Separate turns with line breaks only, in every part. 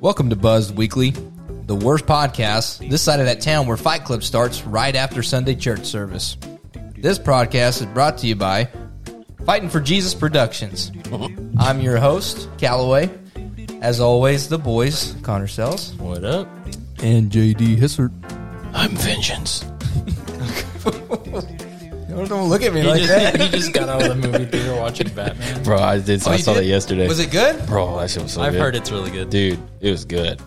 Welcome to Buzzed Weekly, the worst podcast this side of that town where Fight Club starts right after Sunday church service. This podcast is brought to you by Fighting for Jesus Productions. I'm your host, Calloway. As always, the boys, Connor Sells.
What up?
And JD Hissert.
I'm vengeance.
Don't look at me
He
like that.
just, he just got out of the movie theater watching Batman.
Bro, I did. I
Oh, you
saw
did?
that yesterday.
Was it good?
Bro, that shit was so
I've
good.
heard it's really good.
Dude, it was good.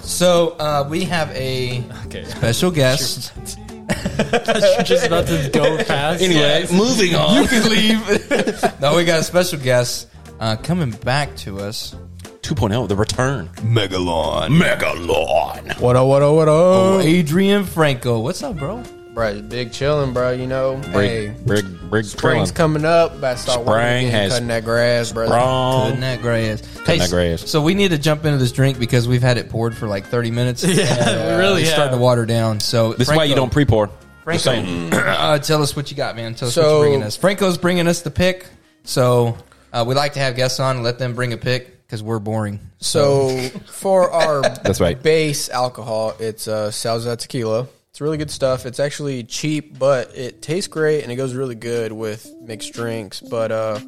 So, uh, we have a
Okay.
special guest.
You're just about to go past.
Anyway, moving on.
You can leave. no, we got a special guest uh, coming back to us.
2.0, oh, the return. Megalon. Megalon.
What up, what up, what up?
Oh, Adrian Franco. What's up, bro?
Bro, big chilling, bro. You know,
Brig,
hey,
brig, brig,
spring's
spring.
coming up. About to start working
Spring
again,
has-
cutting that grass, brother.
Cutting that gray ass. Hey,
that gray ass.
So we need to jump into this drink because we've had it poured for like 30 minutes. uh,
Yeah, we really
It's
have.
starting to water down. So
This is why you don't pre pour.
Franco, uh, tell us what you got, man. Tell us what
So-
you're bringing us. Franco's bringing us the pick. So uh, we like to have guests on and let them bring a pick because we're boring.
So for our
That's right.
base alcohol, it's uh, Salsa tequila. It's really good stuff. It's actually cheap, but it tastes great and it goes really good with mixed drinks. But uh,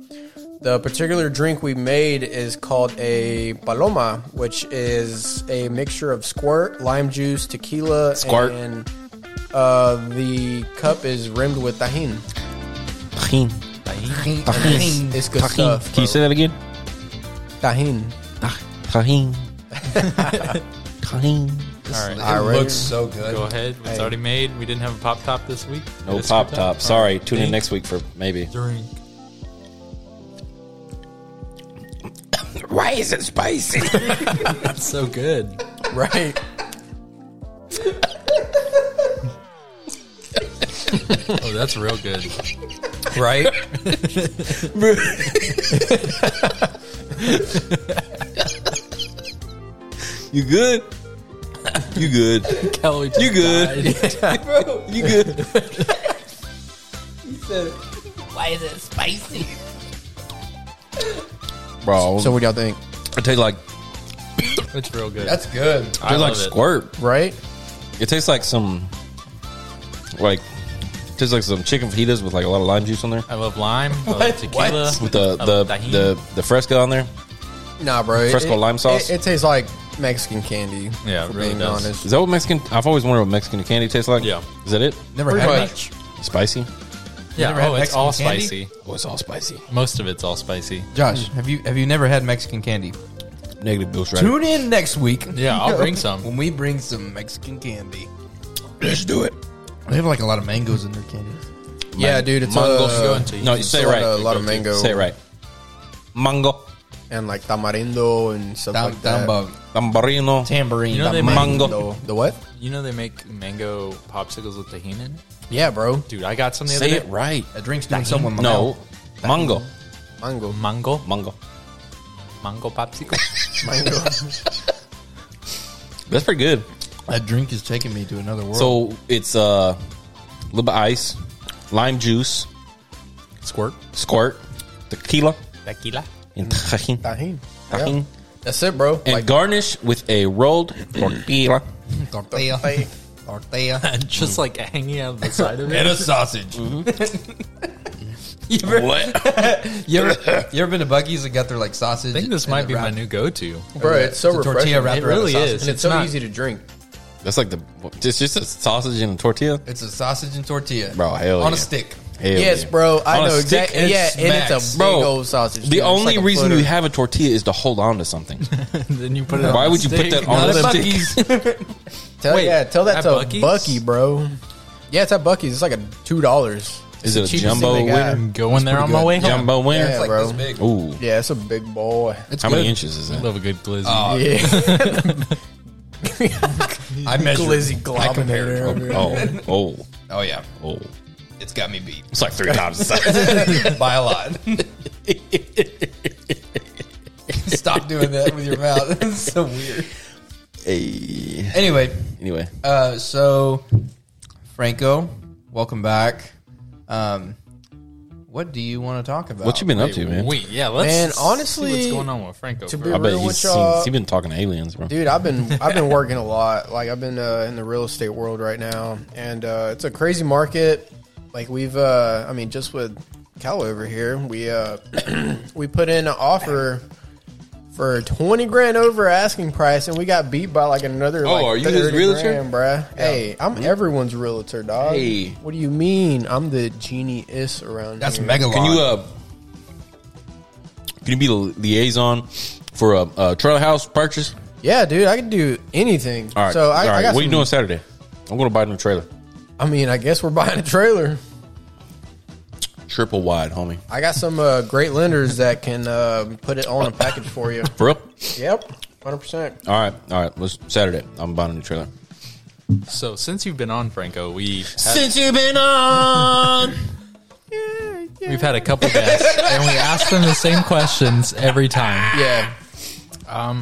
the particular drink we made is called a paloma, which is a mixture of squirt, lime juice, tequila,
Squirt.
and uh, the cup is rimmed with tahin.
Can
Tahin.
It's good stuff.
you say that again?
Tahin.
Tahine. Tahine.
All right.
It
Alright.
looks so good.
Go ahead. It's already made. We didn't have a pop top this week.
No
This
pop
week?
top. Sorry. Tune in next week for maybe.
Drink.
Why is it spicy?
That's so good.
Right.
Oh, that's real good.
Right?
you good? You good?
Kelly just
You good? You good?
Why is it spicy?
Bro,
So what y'all think?
I tastes like
died. It's real good.
That's good.
I like
love it.
squirt.
Right?
It tastes like some, like, tastes like some chicken fajitas with like a lot of lime juice on there.
I love lime. I love tequila.
With the
I
the
love Uh, tahini.
the, the fresco on there.
Nah, bro. it-
Fresco
it-
lime sauce?
It, it tastes like Mexican candy.
Yeah, it
for
really
being
does.
honest.
Is that what Mexican? I've always wondered what Mexican candy tastes like.
Yeah.
Is that it?
Never
Pretty
had
much.
it.
Spicy.
yeah.
never had
Oh, it's
Mexican
all
candy?
spicy.
Oh, it's all spicy.
Most of it's all spicy.
Josh, have you have you never had Mexican candy?
Negative Bill Shredder.
Tune in next week.
Yeah, I'll bring some.
When we bring some Mexican candy.
Let's do it.
They have like a lot of mangoes in their candy.
Yeah, dude. It's
Mango.
uh,
Going to-
No, you say it
a lot
right.
of- a lot of mango.
Say it right. Mango,
and like tamarindo and stuff
Down,
like
down
that.
bug.
tambarino,
Tambourine.
You know they
Tamarind.
mango.
The, the what?
You know they make mango popsicles with tahini in it?
Yeah, bro.
Dude, I got some the
Say
other
it
day.
right.
That drink's doing someone my
No,
mouth.
mango,
Mango.
Mango.
mango.
Mango popsicle.
Mango.
That's pretty good.
That drink is taking me to another world.
So it's uh, a little bit of ice, lime juice,
Squirt.
squirt, tequila,
Tequila.
and tajin.
Tahin.
Tajin.
That's it, bro.
And garnish with a rolled tortilla.
tortilla, tortilla,
Just like hanging out the side of it.
a sausage. you, ever,
what?
you, ever, you ever been to Bucky's and got their like sausage?
I think this
and
might
it
be my
wrapped-
new
Mm.
go-to.
bro, it's so
It's a tortilla
refreshing.
wrapped
It
around a
really
sausage.
is.
and it's,
It's
so
not-
easy to drink.
That's like the. It's just a sausage and a tortilla.
It's a sausage and tortilla,
Bro, hell
on a
yeah.
stick.
Hell
yes,
yeah.
bro. I
On a
know
stick,
exactly.
it
Yeah, and it's
smacks.
a big
Bro,
old sausage.
The
dude. It's
only
like a
reason
footer.
you have a tortilla is to hold on to something.
then you put it.
Why
on
would you put that on
Not
a
at
stick?
Buc-ee's.
Tell,
Wait,
yeah, tell that
at
to
Buc-ee's?
Bucky, bro. Yeah, it's at Bucky's. It's like a two dollars.
Is it a
cheapest thing
jumbo
they got.
winner?
I'm going there on my
good.
way home.
Jumbo winner.
Yeah,
It's like
bro.
this big.
Ooh,
Yeah, it's a big boy.
It's
how
good.
many inches is that?
Love a good glizzy.
Yeah,
Oh, I measured.
glizzy
I compared it.
globular.
Oh, oh,
Oh yeah,
oh!
it's got me beat
It's like three times the size.
by a lot. Stop doing that with your mouth. It's so weird.
Hey.
Anyway,
Anyway,
Uh, so, Franco, welcome back. Um, What do you want to talk about?
Oh,
What you been up to, man?
Wait, yeah, let's
Man,
see
honestly,
what's going on with Franco.
to
bro.
be
I bet
real
he's
with
seen,
y'all-
he been talking to aliens, bro.
Dude, I've been I've been working a lot. Like I've been uh, in the real estate world right now, and uh, it's a crazy market. Like we've, uh, I mean, just with Cal over here, we uh, we put in an offer for twenty grand over asking price, and we got beat by like another.
Oh,
like,
are you his
30
realtor?
grand, bruh. Hey, I'm everyone's realtor, dog.
Hey.
what do you mean? I'm the genius around
That's
here.
megalon.
Can you uh? Can you be the liaison for a, a trailer house purchase?
Yeah, dude, I can do anything.
All right.
So I,
all right.
I got
what you
some-
doing Saturday? I'm going to buy a new trailer,
I mean, I guess we're buying a trailer.
triple wide, homie.
I got some uh, great lenders that can uh, put it on a package for you.
For real?
Yep, hundred percent.
All right. All right. Let's Saturday. I'm buying a new trailer.
so since you've been on Franco, we
Since you've been on,
we've had a couple guests, and we asked them the same questions every time.
Yeah,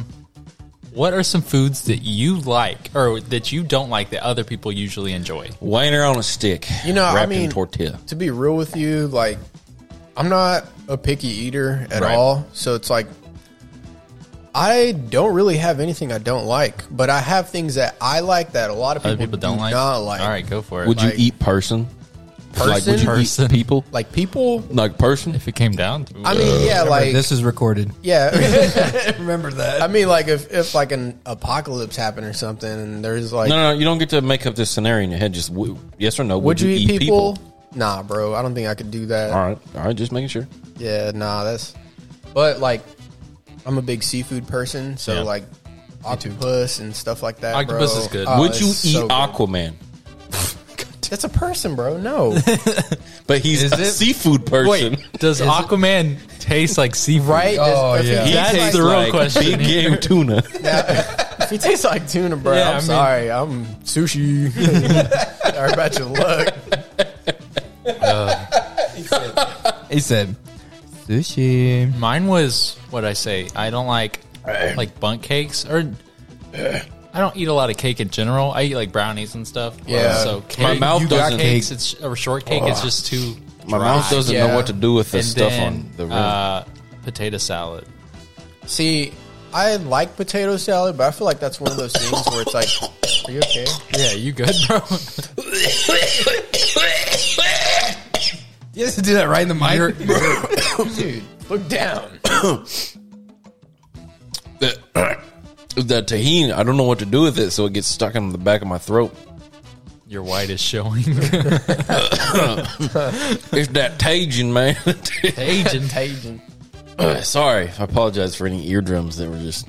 What are some foods that you like, or that you don't like that other people usually enjoy?
Wiener on a stick.
you know,
wrapped
I mean,
in tortilla.
To be real with you, like I'm not a picky eater at
Right.
all, so it's like I don't really have anything I don't like, but I have things that I like that a lot of people,
Other people don't
do
like.
Not like.
All right, go for it.
Would you
uh, like-
eat person? Like, would you
Person?
eat people?
Like people.
Like person?
if it came down to
I mean, yeah, like
this is recorded.
yeah.
Remember that.
I mean, like if if like an apocalypse happened or something, and there's like
No, no, no. You don't get to make up this scenario in your head. Just w- yes or no.
Would you eat people? Nah, bro. I don't think I could do that.
All right. All right. Just making sure.
Yeah, nah, that's. But like, I'm a big seafood person, so
Yeah.
like octopus and stuff like that.
Octopus
bro.
is good.
Oh,
Would you eat
it's so good.
Aquaman?
That's a person, bro. No,
But he's
Is
a
it?
seafood person.
Wait, does Aquaman taste like seafood?
right?
Oh,
If he
yeah.
tastes
That's
like-
the real question
Big game tuna.
if he tastes like tuna, bro,
Yeah,
I'm
I mean-
sorry. I'm sushi. sorry about your luck.
he said sushi.
Mine was what I say. I don't like like bunk cakes or. I don't eat a lot of cake in general. I eat like brownies and stuff. Uh,
Yeah.
so cake,
My mouth
you got
doesn't-
cakes. It's or shortcake. It's just too.
My mouth doesn't
Yeah.
know what to do with the
and
stuff
then,
on the rim.
uh, potato salad.
See, I like potato salad, but I feel like that's one of those things where it's like, are you okay?
Yeah, you good, bro?
You have to do that right in the mic.
Dude, look down.
the, the tahini, I don't know what to do with it, so it gets stuck in the back of my throat.
Your white is showing.
It's that Tajin, man. Uh,
Agent.
Cajun.
Sorry, I apologize for any eardrums that were just.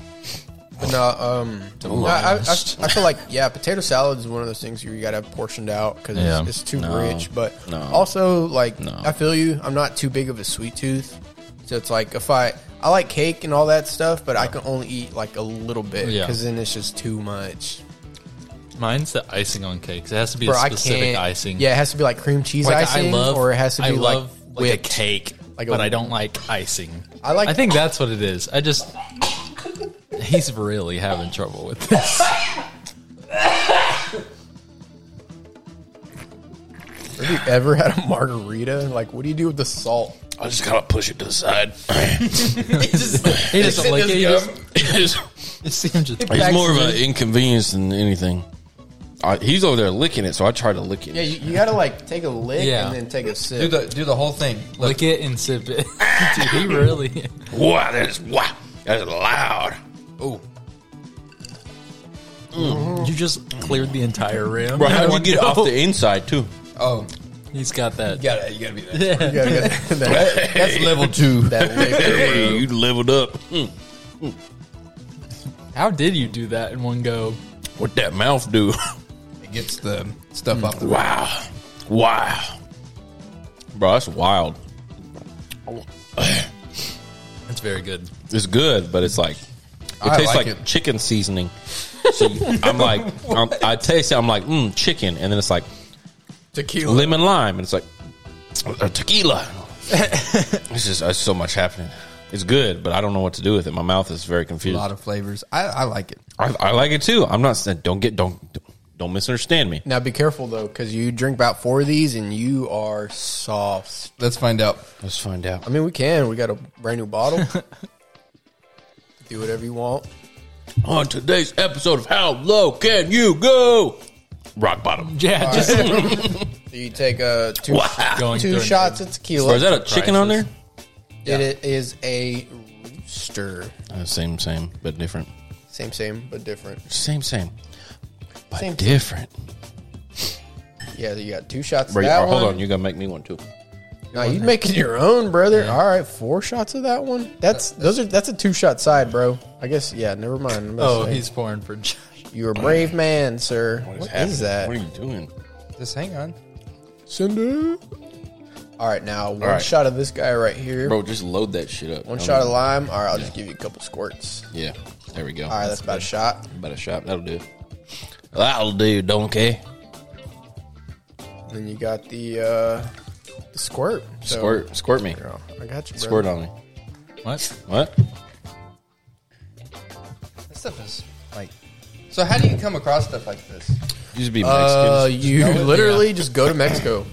No, um, no, I, I, I feel like yeah, potato salad is one of those things where you got to have portioned out because
Yeah.
it's, it's too
No.
rich. But
No.
also, like,
No.
I feel you. I'm not too big of a sweet tooth, so it's like if I I like cake and all that stuff, but I can only eat like a little bit
Yeah.
because then it's just too much.
Mine's the icing on cakes. It has to be
Bro,
a
I
specific
can't.
icing.
Yeah, it has to be like cream cheese
Like,
icing, or it has to be
I
like
love like, a
whipped.
cake,
Like a-
but I I don't like icing.
I like-
I think that's what it is. I just he's really having trouble with this.
Have you ever had a margarita? Like, what do you do with the salt?
I just gotta push it to the side.
He doesn't like it. He just,
it's
it seems just
it's more of an inconvenience than anything. I, he's over there licking it, so I try to lick it.
Yeah, you, you got to like take a lick
Yeah.
and then take a sip.
Do the do the whole thing. Look,
lick it and sip it. Dude, he really.
Wow, that is wow, that is loud.
oh,
You just cleared the entire rim.
Bro, how do you get it off the inside too?
oh,
He's got that.
you gotta you gotta be there.
Yeah.
You gotta get that,
That's level two.
that liquor.
Hey, you leveled up
How did you do that in one go?
What that mouth do?
It gets the
Mm.
stuff off the
Wow, wow, bro, that's wild.
That's very good.
It's good, but it's like it
I
tastes
like
like,
it.
chicken seasoning. So you- I'm like, I'm, I taste it. I'm like, mm, chicken, and then it's like
tequila.
lemon lime, and it's like uh, tequila. it's just it's so much happening. It's good, but I don't know what to do with it. My mouth is very
a
confused.
lot of flavors. I, I like it.
I, I like it too. I'm not saying don't get don't Don't misunderstand me.
Now be careful though, because you drink about four of these and you are soft.
Let's find out.
Let's find out.
I mean, we can. We got a brand new bottle. Do whatever you want.
On today's episode of How Low Can You Go? Rock bottom.
Yeah, just
You take uh, two,
Wow.
going
two
through-
shots of
Or
tequila.
is that a chicken on there?
It is a rooster.
Uh, same, same, but different.
Same, same, but different.
Same, same, but
Same.
different.
Yeah, you got two shots
Bro,
of
oh,
that
or hold
one.
on, you gotta make me one too.
Now you making your own, brother. All right, four shots of that one. That's those are that's a two shot side, bro. I guess yeah. Never mind. I'm about to
Oh,
say.
he's pouring for Josh.
you're a brave man, sir. what is that?
What are you doing?
Just hang on.
Cinder. All right, now one
right.
shot of this guy right here.
Bro, just load that shit up.
One
Don't
shot of
even-
lime. All right, I'll just give you a couple squirts.
Yeah, there we go.
All right, that's about a shot.
About a shot. That'll do. That'll do, donkey.
And then you got the uh, the squirt. So-
Squirt, squirt me.
Girl, I got you. Bro.
Squirt on me.
What?
What?
This stuff is like. So how do you come across stuff like this?
You just be
Uh,
Mexican.
you literally just go to Mexico.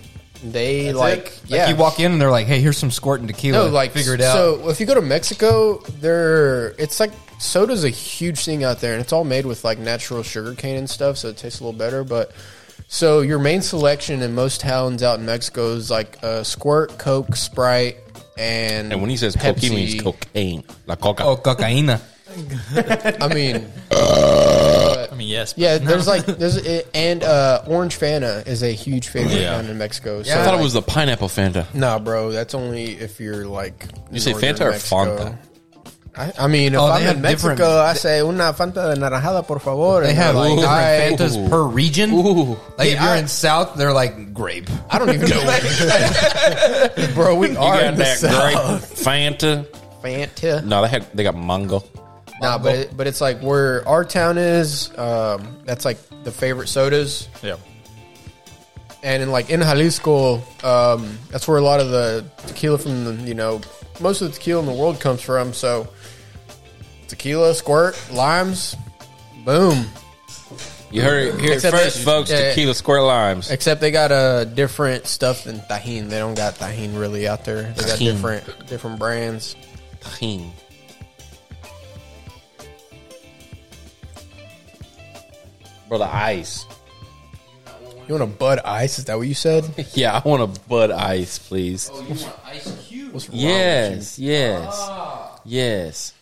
They like yeah.
you walk in and they're like, "Hey, here's some squirt and tequila."
No, like
figure it out.
So if you go to Mexico, there it's like soda's a huge thing out there, and it's all made with like natural sugar cane and stuff, so it tastes a little better. But so your main selection in most towns out in Mexico is like uh, Squirt, Coke, Sprite, and
and when he says coke, he means cocaine. La coca.
oh, cocaina.
I mean,
I mean, yes. but
yeah, there's like there's it, and uh, Orange Fanta is a huge favorite
Yeah.
down in Mexico. So
I thought
like-
it was the pineapple Fanta.
Nah, bro, that's only if you're like
You say
northern
Fanta or
Mexico.
Fanta?
I, I mean, if
Oh, they
I'm
have
in Mexico,
different-
I say una Fanta de naranjada, por favor.
They
and
have
they're
like
like,
different
I,
Fantas per region.
Ooh.
Like if
Yeah,
you're
I-
in South, they're like grape.
I don't even know, bro. We
You
are
got
in the
that
South.
grape Fanta?
Fanta.
No, they had they got mango.
Nah, but it, but it's like where our town is. Um, that's like the favorite sodas,
Yeah.
and in like in Jalisco, um, that's where a lot of the tequila from the you know most of the tequila in the world comes from. So tequila, squirt, limes, boom.
You heard it here
Except
first,
that-
folks.
yeah, yeah.
tequila square limes.
Except they got a different stuff than tahine. They don't got tahine really out there. They got
Tajin.
different different brands.
Extreme. Bro, the ice.
You want a Bud Ice? Is that what you said?
Yeah, I want a Bud Ice, please.
What's wrong with
Yes, yes, Ah. yes.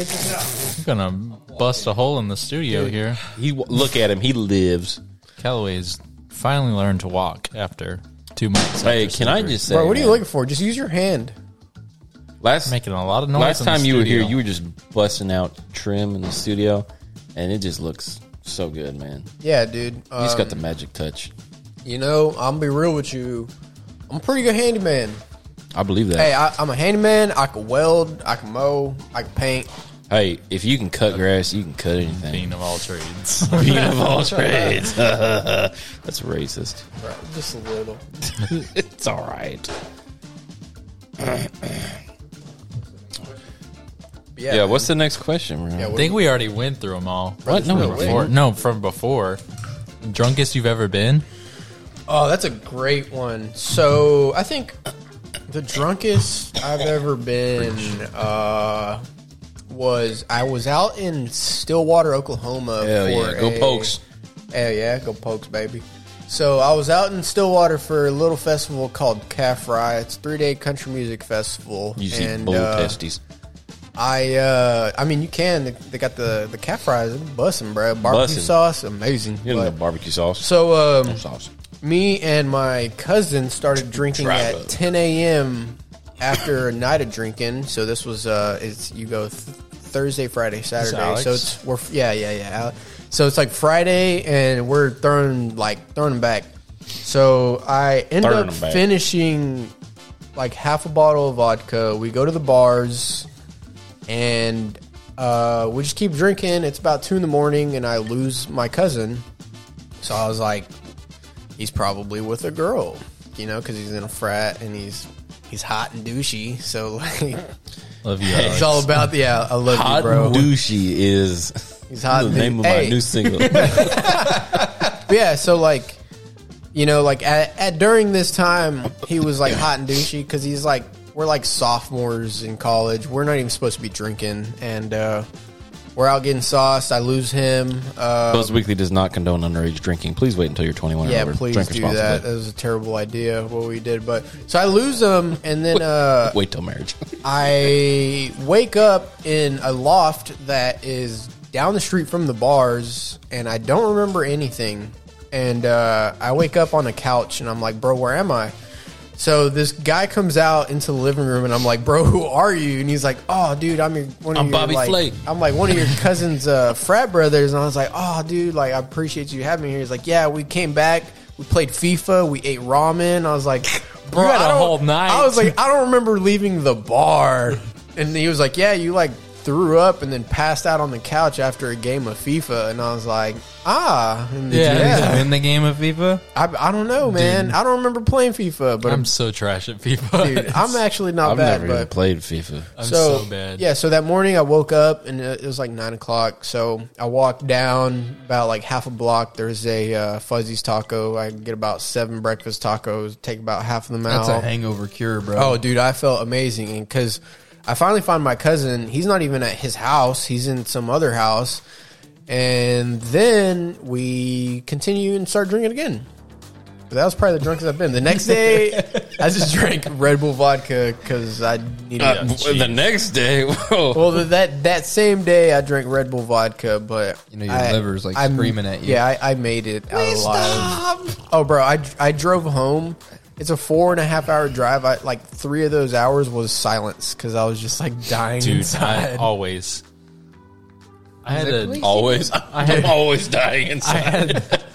I'm gonna bust a hole in the studio here.
He w- look at him. He lives.
Callaway's finally learned to walk after two months.
Hey,
after
can I
surgery.
just say,
you? Bro, what are you
man,
looking for? Just use your hand.
Last
making a lot of noise?
last
in the
time you were here,
studio.
you were just busting out trim in the studio, and it just looks so good, man.
Yeah, dude.
You just got
Um,
the magic touch.
You know, I'm gonna be real with you. I'm a pretty good handyman.
I believe that.
Hey, I, I'm a handyman. I can weld. I can mow. I can paint.
Hey, if you can cut grass, you can cut anything.
being of all trades.
Bean of all trades. That's racist.
Bro, just a little.
It's all right.
Yeah.
Yeah. What's the next question, bro?
Yeah,
I
what-
think we already went through them all.
what? No, we
Before,
didn't.
no, from before. Drunkest you've ever been?
Oh, that's a great one. So I think the drunkest I've ever been uh, was I was out in Stillwater, Oklahoma.
Hell yeah, go Pokes.
Hell yeah, go pokes, baby. So I was out in Stillwater for a little festival called Cafri. It's three day country music festival.
You see
and
bull
uh,
testes.
I uh, I mean you can. They, they got the the calf fries. They're bussin', bro. Barbecue
Bussin'.
sauce, amazing.
You know the
But-
barbecue sauce.
so um,
Sauce.
me and my cousin started drinking
Try
at
that.
10 a.m. after a night of drinking. So this was uh, it's you go th- Thursday, Friday, Saturday.
Alex?
So it's we're yeah yeah yeah. Ale- So it's like Friday and we're throwing like throwing them back. So I end
Throwing
up
them back.
finishing like half a bottle of vodka. We go to the bars and uh, we just keep drinking. It's about two in the morning, and I lose my cousin. So I was like, he's probably with a girl, you know, because he's in a frat and he's he's hot and douchey. So like,
Love you. Alex.
it's all about yeah. I love you,
Hot
bro.
douchey is
He's hot.
The name of my
Hey,
new single.
but yeah, so like, you know, like at, at during this time, he was like hot and douchey because he's like, we're like sophomores in college. We're not even supposed to be drinking, and uh, we're out getting sauce. I lose him. Uh,
Buzz Weekly does not condone underage drinking. Please wait until you're 21
yeah,
or over.
please
Drink
do
responsibly.
that. That was a terrible idea what we did, but so I lose him, and then uh,
Wait till marriage.
I wake up in a loft that is down the street from the bars, and I don't remember anything. And uh, I wake up on a couch, and I'm like, "Bro, where am I?" So this guy comes out into the living room, and I'm like, "Bro, who are you?" And he's like, "Oh, dude, I'm your one of
I'm
your,
Bobby
like,
Flay."
I'm like one of your cousin's uh, frat brothers." And I was like, "Oh, dude, like I appreciate you having me here." He's like, "Yeah, we came back, we played FIFA, we ate ramen." I was like, "Bro,
You had
I
a
don't-
whole night.
I was like, I don't remember leaving the bar. And he was like, Yeah, you like threw up and then passed out on the couch after a game of FIFA. And I was like, Ah. And
Yeah.
Did you win the game of FIFA?
I, I don't know, man. I don't remember playing FIFA, but I'm,
I'm so trash at FIFA.
dude, I'm actually not
I've
bad.
never
but Uh,
even played FIFA. Uh,
I'm
so,
so, bad.
Yeah, so that morning I woke up and it it was like nine o'clock. So I walked down about like half a block. There's a uh, Fuzzy's taco. I get about seven breakfast tacos, take about half of them out.
That's a hangover cure, bro.
Oh, dude, I felt amazing. And because I finally found my cousin, he's not even at his house, he's in some other house. And then we continue and start drinking again. But that was probably the drunkest I've been. The next day, I just drank Red Bull vodka because I needed
Uh, w- the next day, whoa.
well, th- that that same day I drank Red Bull vodka, but
You know, your
I-
liver's, like, screaming at you.
Yeah, I, I made it out alive. Oh, bro, I I drove home. It's a four and a half hour drive. I like three of those hours was silence because I was just like dying
dude, I
inside.
always. I had a.
always, I'm always dying
I
inside.
had.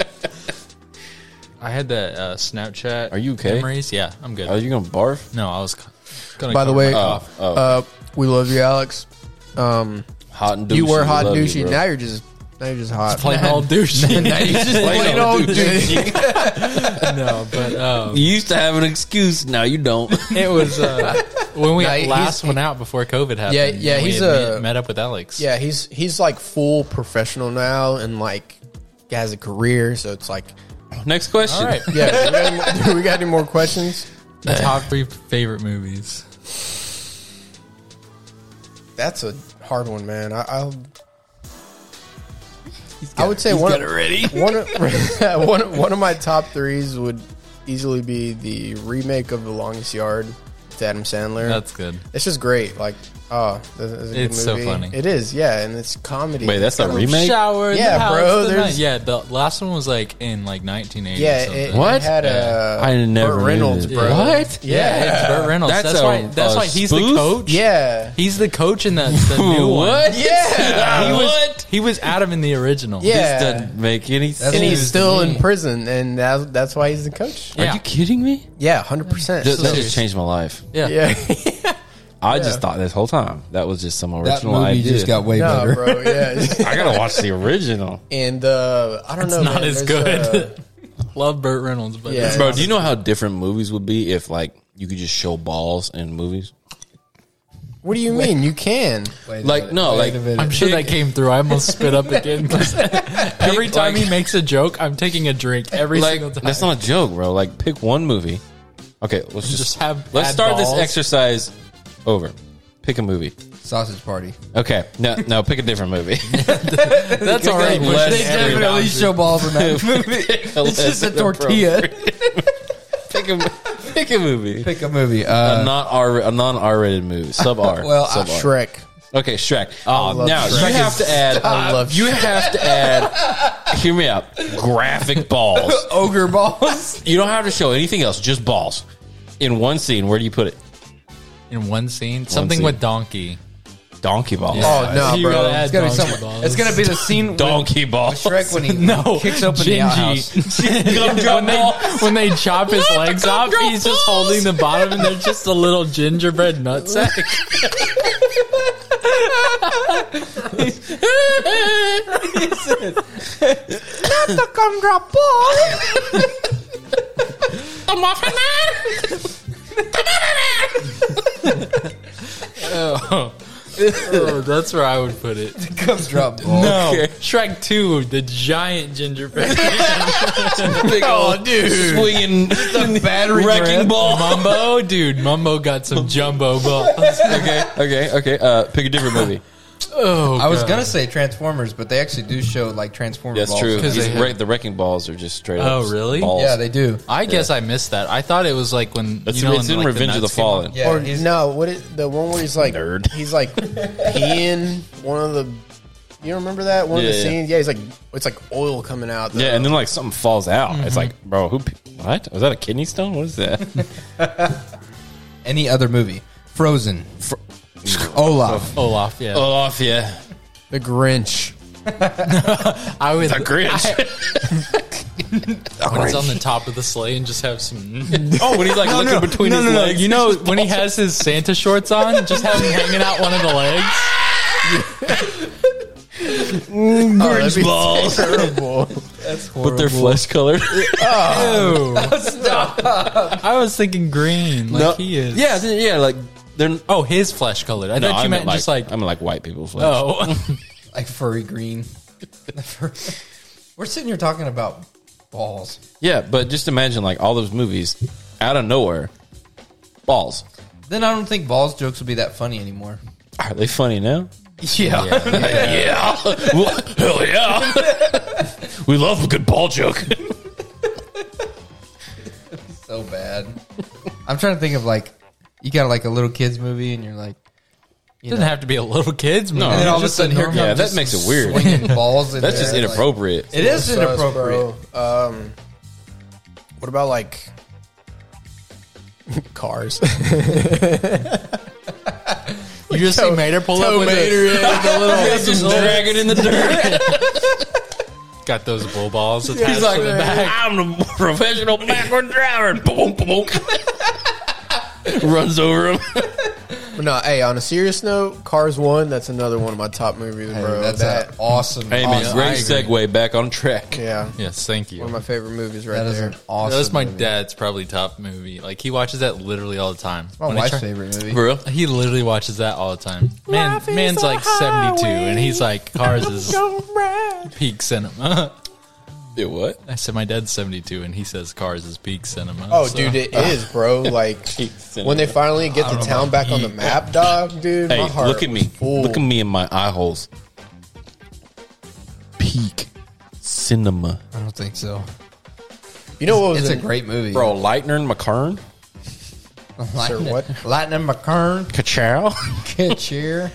I had that uh, Snapchat.
Are you okay?
Memories? Yeah, I'm good.
Are you gonna barf?
no, I was. c- Gonna
By the
cover
way,
my-
Oh, oh.
uh, we love you, Alex. Um,
Hot and douchey.
you were
We
hot
love
douchey.
You, bro.
now you're just now you're just hot.
plain old douche.
Plain old
no, but um,
You used to have an excuse. Now you don't.
it was uh, when we
Nah, he's-
last went out before COVID happened.
Yeah, yeah,
we
he's
had
a-
met, met up with Alex.
Yeah, he's he's like full professional now and like has a career, so it's like
Next question.
All right.
yeah. do we got any more- do we got any more questions?
Top three favorite movies.
That's a hard one, man. I, I'll. I would say one, of,
ready.
one, of, one, of- one of my top threes would easily be the remake of The Longest Yard with Adam Sandler.
That's good.
it's just great. Like, oh, this is a good
It's so
movie.
funny.
It is, yeah, and it's comedy.
Wait, that's a
Kinda-
remake?
Shower. in
Yeah,
the house
bro,
tonight.
there's-
yeah. The last one was like in like 1980.
Yeah,
or
it,
something.
it
What?
had
Yeah.
a
I never
Burt
knew
Reynolds,
this.
bro.
What?
Yeah,
It's Burt Reynolds.
That's
That's,
a-
why. That's
a
why he's
spoof?
the coach.
yeah,
He's the coach in that the new one.
What?
yeah,
He was,
What?
He was Adam in the original.
yeah.
This doesn't make any sense.
and
news
he's
to
still in
me.
prison, and that, that's why he's the coach.
Yeah.
Are you kidding me?
Yeah, hundred percent.
That, that
serious.
just changed my life.
Yeah.
Yeah.
I just thought this whole time that was just some
that
original
movie
idea.
just got way
No,
better.
bro. Yeah,
I gotta watch the original.
and uh, I don't
It's
know.
not
man,
as
there's,
good.
uh,
Love Burt Reynolds, but
Yeah.
Bro, do you know how different movies would be if like you could just show balls in movies?
what do you mean? You can.
Wait a
Like,
minute,
no,
wait
like-
a minute.
I'm sure that came through. I almost spit up again. every time he makes a joke, I'm taking a drink every
Like
single time.
that's not a joke, bro. Like pick one movie. Okay, let's just,
Just have
let's
add
start
balls.
this exercise over. Pick a movie.
sausage party.
Okay, no, no, pick a different movie.
That's already
like less-
pushing every boundary.
balls in that movie.
it's Pick a pick a movie.
Pick a movie.
a
Uh,
not R a non R rated movie. Sub R.
Well, uh,
sub R.
Shrek.
Okay, Shrek. Oh,
love
now
Shrek.
you have to add.
I love
you have to add. hear me out. Graphic balls.
ogre balls.
You don't have to show anything else. Just balls. In one scene, where do you put it?
in one scene. Something
scene.
with donkey.
Donkey balls. Oh,
Oh no,
You gotta
bro.
add
It's gonna be
donkey
someone.
balls.
It's gonna be the scene with
Donkey balls.
Shrek when he
no
kicks open the outhouse.
Gingy. when, they, when they chop his legs off, he's just holding the bottom, and they're just a little gingerbread nutsack. Oh, that's where I would put it.
Drop ball.
No, Shrek Two, the giant ginger pancake,
oh, dude. Swinging the battery grip.
ball, Mumbo, dude, Mumbo got some jumbo
Oh,
balls.
okay, okay, okay. Uh, pick a different movie.
Oh,
I was
God.
gonna say Transformers, but they actually do show like Transformers.
That's
balls.
true.
'Cause
These
they
wreck- the wrecking balls are just straight
Oh,
up.
really?
Balls.
Yeah, they do.
I guess I missed that. I thought it was like when
That's
you know,
it's
when,
in
like,
Revenge of the
nuts came out.
Fallen.
Yeah,
or
he's-
no, what is the one where he's like
Nerd.
He's like peeing one of the. You remember that one of the
Yeah, yeah.
scenes? Yeah, he's like it's like oil coming out.
Yeah, and then like something falls out. It's like, bro, who? p- What? Was that a kidney stone? What is that?
Any other movie? Frozen. Olaf.
Olaf, Oh, yeah.
Olaf, yeah.
the Grinch.
I would.
The Grinch.
when he's on the top of the sleigh and just have some.
oh, when he's like looking between his legs.
You know when he has his Santa shorts on, just have him hanging out one of the legs.
Grinch
balls.
Oh, Terrible.
but they're flesh colored.
Ew. I was thinking green, like he is.
Yeah, th- yeah, like they're. No,
Oh, his flesh colored. I thought you meant just like.
I'm like white people flesh.
oh.
like furry green. We're sitting here talking about balls.
Yeah, but just imagine like all those movies out of nowhere, balls.
Then I don't think balls jokes will be that funny anymore.
Are they funny now?
Yeah.
Yeah, hell yeah. we love a good ball joke.
so bad. I'm trying to think of like you got like a little kids movie and you're like
doesn't have to be a little kid's movie.
and then all of a
Just
sudden here
normal-
comes
Yeah, that
just
makes
some
it weird.
swinging balls in
That's
there,
just
like-
inappropriate.
it is
Sus,
inappropriate.
bro. Um, what about like cars?
You just see Mater pull
Oh,
up with
Mater,
a, like a little.
just dragging in the dirt.
Got those bull balls. He's
like,
the back.
I'm a professional backward driver. Boom, boom. Runs over him.
But no, hey, on a serious note, Cars One. That's another one of my top movies,
Hey,
bro.
that's
that,
an awesome.
Hey, man,
awesome-
great segue back on track.
yeah,
Yes, thank you.
one of my favorite movies right
that is
there.
an awesome.
That was my
movie.
dad's probably top movie. Like he watches that literally all the time.
My
When he
wife's
try-
favorite movie.
For real?
He literally watches that all the time. Man, man's like seventy two, and he's like, "Cars is peak cinema."
Dude, what?
I said, "My dad's seventy two, and he says Cars is peak cinema."
Oh,
So-
dude, it is, bro. Like
Cinema.
when they finally get the town back on the map, dog, dude.
Hey,
my heart
look at
was
me.
full.
Look at me in my eye holes. Peak cinema.
I don't think so.
You know what was
It's a
in-
great movie,
Bro, Lightner and McCarn?
Lightning,
what?
Lightning McCurn,
Kachow?
could cheer.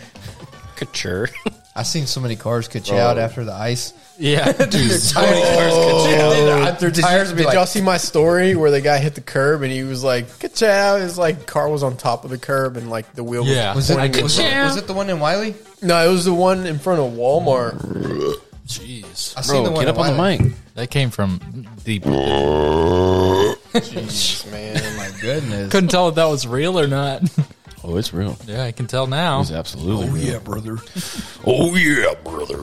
Kachur.
I've seen so many cars catch out after the ice.
yeah, dude.
Oh, their
Did,
tires
you,
would be
did
like,
y'all see my story where the guy hit the curb and he was like, "Kachow!" His like car was on top of the curb and like the wheel.
Yeah.
was
was, it,
pointing-
was, it, was it the one in Wiley?
No, it was the one in front of Walmart.
Jeez,
I seen the
Bro,
one
get
in
up on the
Wiley.
mic.
that came from deep.
Man,
My goodness.
Couldn't tell if that was real or not.
Oh, it's real.
yeah, I can tell now.
It's absolutely real.
brother.
Oh, yeah, brother.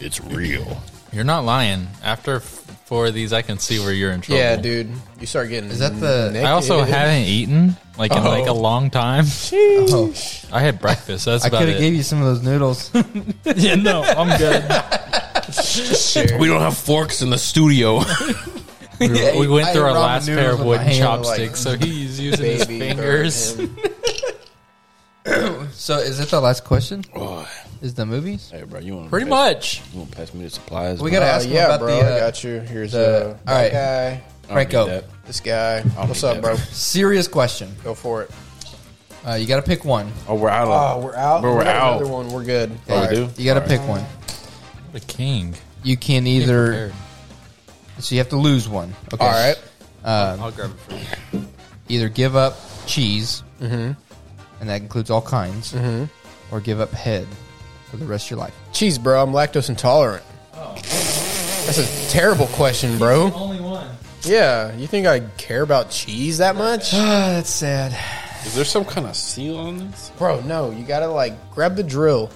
It's real.
You're not lying. After f- four of these, I can see where you're in trouble.
yeah, dude, you start getting. Is
that the-
I also haven't eaten like in like a long time.
Oh,
I had breakfast. That's
I
about
could
it.
have gave you some of those noodles.
yeah, no, I'm good.
We don't have forks in the
We,
studio.
were-
Yeah,
we went
I
through
ate ramen
our last pair
noodles
of
with
wooden
my hand,
chopsticks, so he's using his
Baby
fingers.
bird, him.
so is that the last question?
oh,
Is the movies?
hey, bro, you want
Pretty much.
You want to pass me the supplies?
We
bro?
gotta
Uh,
ask him
yeah,
about
bro,
the uh,
I got you. Here's
the-
the,
all right.
guy.
I don't need
Franco.
that.
This guy. What's
need
up,
that.
bro?
serious question.
Go for it.
Uh, you got to pick one.
Oh, we're out. Of,
we're out.
Bro, we're
We got
out.
Another one. We're good.
oh, we
Alright.
do?
You got to pick one.
The king.
You can either so you have to lose one. Okay.
All right.
I'll grab it for you.
Either give up cheese,
Mm-hmm.
and that includes all kinds, or give up head for the rest of your life.
Cheese, bro. I'm lactose intolerant. That's a terrible question, bro.
Only one.
Yeah, you think I care about cheese that much?
that's sad.
Is there some kind of seal on this?
Bro, no, you gotta like grab the drill.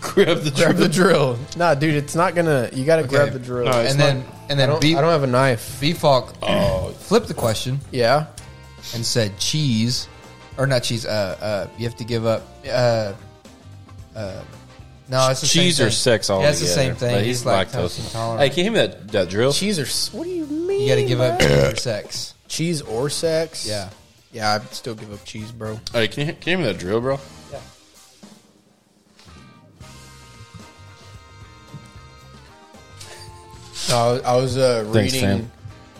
Grab the
Grab the drill. Nah, dude, it's not gonna. You gotta grab the drill.
No, it's
And then and
I
then
don't,
B
I don't have a knife.
B Falk
Oh.
flipped the question
Yeah.
and said cheese, or not cheese. Uh, uh, you have to give up uh, No, it's the
Cheese
same
or
thing.
sex all
Yeah, it's the same thing.
Like,
he's,
he's,
lactose,
lactose
intolerant.
Hey, can you hear me that, that drill?
Cheese or s- what do you mean?
you got to give up
bro?
cheese or sex.
cheese or sex?
Yeah.
yeah. I'd still give up cheese, bro.
Hey, can you, can you hear me that drill, bro?
No, I was, I was uh,
Thanks,
reading.
fam.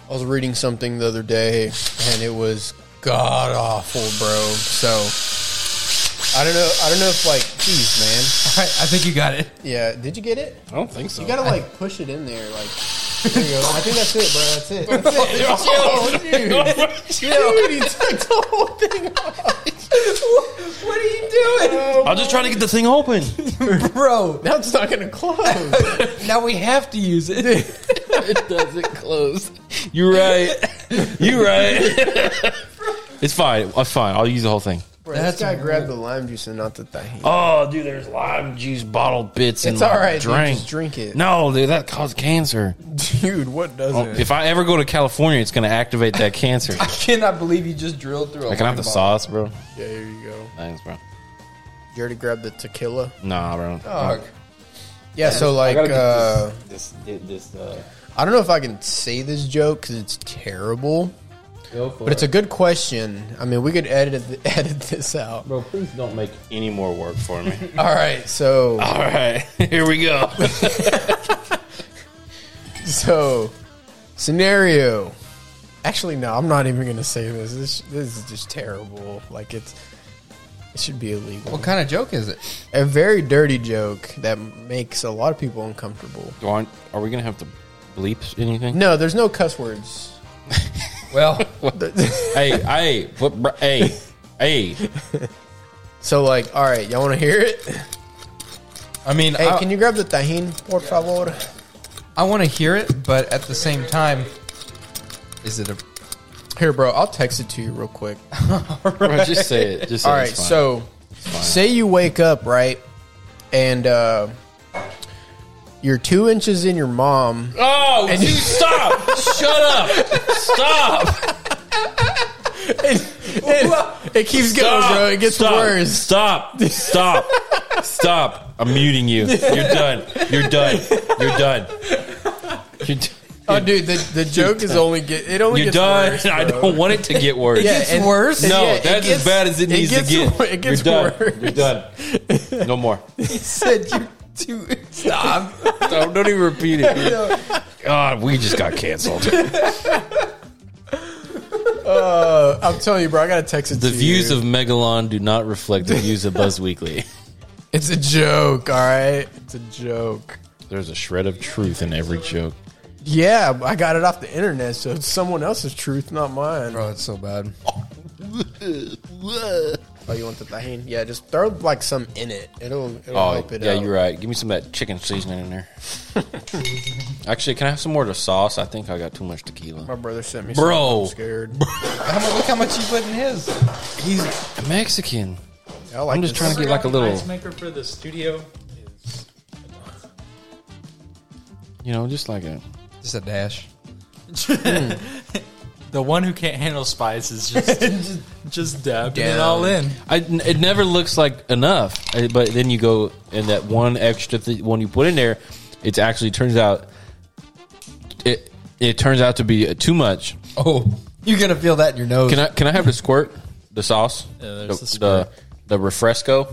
I was reading something the other day, and it was god awful, bro. So I don't know. I don't know if like, geez,
I think you got it.
man. Yeah, did you get it?
I don't think so.
You gotta like push it in there, like. There you go. I think that's it, bro. That's it.
what,
Dude, he took the whole thing off.
what are you
I'm just trying to get the thing open.
doing, bro?
Now it's not gonna close.
Now we have to use it.
it doesn't close. You're right. You're right. it's fine. I'm fine. I'll use the whole thing.
Bro,
That's
this guy
a-
grabbed the lime juice and not the tahini.
Oh, dude, there's lime juice bottle bits in
It's
my
all right, dude.
drink.
Just drink it.
No, dude, that caused cancer.
Dude, what does
Oh, If I ever go to California, it's going to activate that cancer.
I cannot believe you just drilled through.
I can have the sauce, bro.
Yeah, here you go.
Thanks, bro.
You already grabbed the tequila.
Nah, bro.
Oh. Yeah, so like, uh,
This, this, this uh,
I don't know if I can say this joke because it's terrible, but it's a good question. I mean, we could edit th- edit this out.
bro, please don't make any more work for me.
All right, so
All right, here we go.
so scenario. Actually, no, I'm not even gonna say this. This this is just terrible. Like it's it should be illegal.
What kind of joke is it?
A very dirty joke that makes a lot of people uncomfortable.
Do I, are we going to have to bleep anything?
No, there's no cuss words.
Well,
hey, hey, what, br- hey, hey.
So like, all right, y'all want to hear it?
I mean,
Hey,
I,
can you grab the tahin, por favor?
I want to hear it, but at the same time, is it a?
Here, bro, I'll text it to you real quick.
Bro, just say it. Just say
All
it.
right,
It's fine.
so say you wake up right, and uh, you're two inches in your mom.
Oh, dude, stop! Shut up! Stop!
It keeps
Stop!
going, bro. It gets
stop,
worse.
Stop! Stop! Stop! I'm muting you. You're done. You're done. You're done. You're, d-
Oh, dude, the, the joke is only get it only
you're
gets
done.
worse.
I
bro.
don't want it to get worse.
Yeah, and-
worse?
and
No,
yeah, it
that's
gets-
as bad as it needs
gets
to get.
wor- It gets
you're done.
worse.
You're done. No more.
He said you two. Stop.
Don't, don't even repeat it. dude. God, we just got canceled.
I'm telling you, bro. I gotta text it.
The
to
views
you.
of Megalon do not reflect the views of Buzz Weekly.
it's a joke. All right, it's a joke.
There's a shred of truth in every joke.
Yeah, I got it off the internet, so it's someone else's truth, not mine.
Bro, it's so bad.
Oh, you want the tahini? Yeah, just throw like some in it. It'll it'll
Oh,
help it
yeah,
out.
you're right. Give me some of that chicken seasoning in there. Actually, can I have some more of the sauce? I think I got too much
My
tequila.
brother sent me.
Bro.
some. I'm scared.
How much, look how much you put in his.
He's a Mexican.
I like
I'm just
this.
trying to get like a little,
maker for the studio.
you know, just like a.
Just a dash.
The one who can't handle spice is just just, just dabbing it all in.
I, it never looks like enough, Uh, but then you go and that one extra th- one you put in there, it actually turns out it it turns out to be uh, too much.
Oh, you're gonna feel that in your nose.
Can I can I have the squirt the sauce?
Yeah, there's the
the,
squirt.
the refresco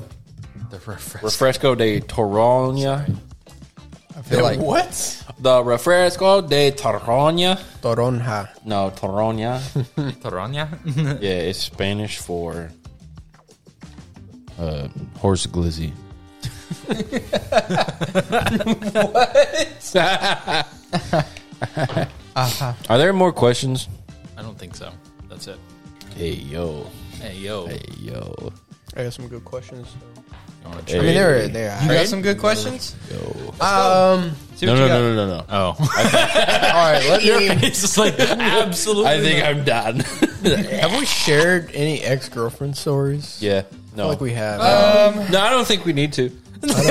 The refresh.
refresco de Toronja.
I feel like
what?
The refresco de Toronja.
Toronja.
No, Toronja.
Taranya?
yeah, it's Spanish for uh, horse glizzy. what? Are there more questions?
I don't think so. That's it.
Hey yo,
Hey yo.
hey yo.
I got some good questions.
You wanna
Hey,
I mean, there there.
you got some good questions.
yo.
Um.
See what you
No, no,
got.
no, no, no, no.
Oh.
all right. Let me.
it's just like absolutely
I think I'm done.
Have we shared any ex girlfriend stories?
yeah,
I
no,
feel like we have. Uh, um,
no. I don't think we need to.
Because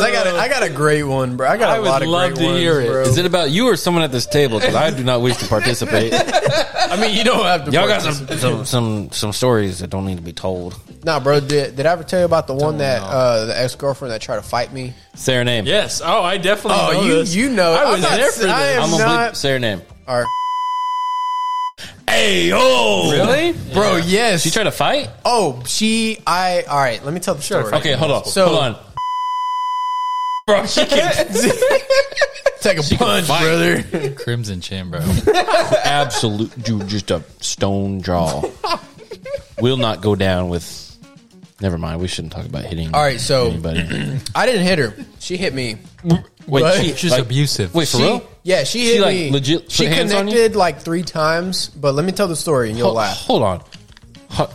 I got a, I got got a great one, bro. I got a
I would
lot of
love
great
to
ones,
hear it.
bro.
Is it about you or someone at this table? Because I do not wish to participate.
I mean, you don't have to.
Y'all got some,
participate.
some some some stories that don't need to be told.
Nah, bro. Did, did I ever tell you about the one that uh, the ex girlfriend that tried to fight me?
Say her name.
Yes. Oh, I definitely.
Oh,
know
you
this.
you know.
I
I'm
was
not-
there for
I
this.
am
I'm gonna
not.
bleep. Say her name.
Or-
Hey, oh, really,
bro, yes.
She tried to fight.
oh, she. I. All right. Let me tell the story.
Okay, hold on.
So-
hold on. Bro, she can
Take a punch, brother.
Crimson Chin, bro.
absolute dude, just a stone jaw. Will not go down with. Never mind. We shouldn't talk about hitting.
All right, so-
anybody.
I didn't hit her. She hit me.
wait,
But-
she,
She's
just abusive.
Wait, for
She-
real?
Yeah, she hit
She, like,
me.
legit put
she
hands on you?
connected like three times, but let me tell the story and you'll
Hold,
laugh.
hold on. Ho-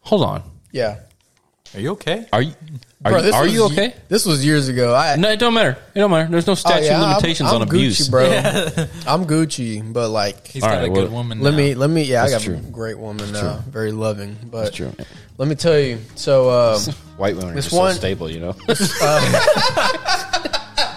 Hold on.
Yeah,
Are you okay?
Are you? Are,
bro.
you,
This
are
was
you
ye-
okay?
This was years ago. I
No, it don't matter. It don't matter. There's no
oh,
statute
yeah,
of
I'm-
limitations
I'm
on
Gucci,
abuse,
bro. I'm Gucci, but like,
He's
All
got
right,
a good
well,
woman.
let
now.
me let me. Yeah, I
That's
got a
true.
great woman now, very loving. But
true.
let me tell you. So uh,
White women are
This
just so
one-
stable, you know.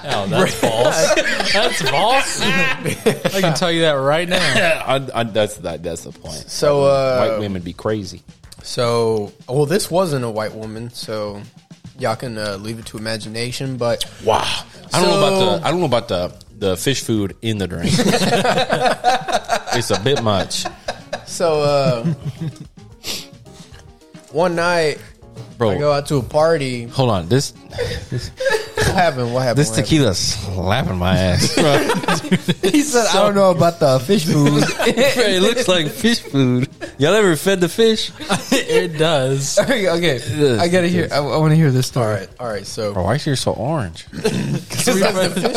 Oh, that's false. that's false. I can tell you that right now.
I, I, that's that, that's the point.
so
White
uh,
women be crazy.
so well, this wasn't a white woman, so y'all can uh, leave it to imagination. But
Wow. I don't know
So-
about the I don't know about the the fish food in the drink. it's a bit much,
so uh, one night. I go
bro.
out to a party.
Hold on this
What happened? What happened?
this
What happened?
tequila's slapping my ass. bro.
He said, I don't know about the fish food.
it looks like fish food. Y'all ever fed the fish?
it does.
okay, okay. I gotta hear. I, want to hear this story.
All right, all right. So
Bro, why is yours so orange?
the fish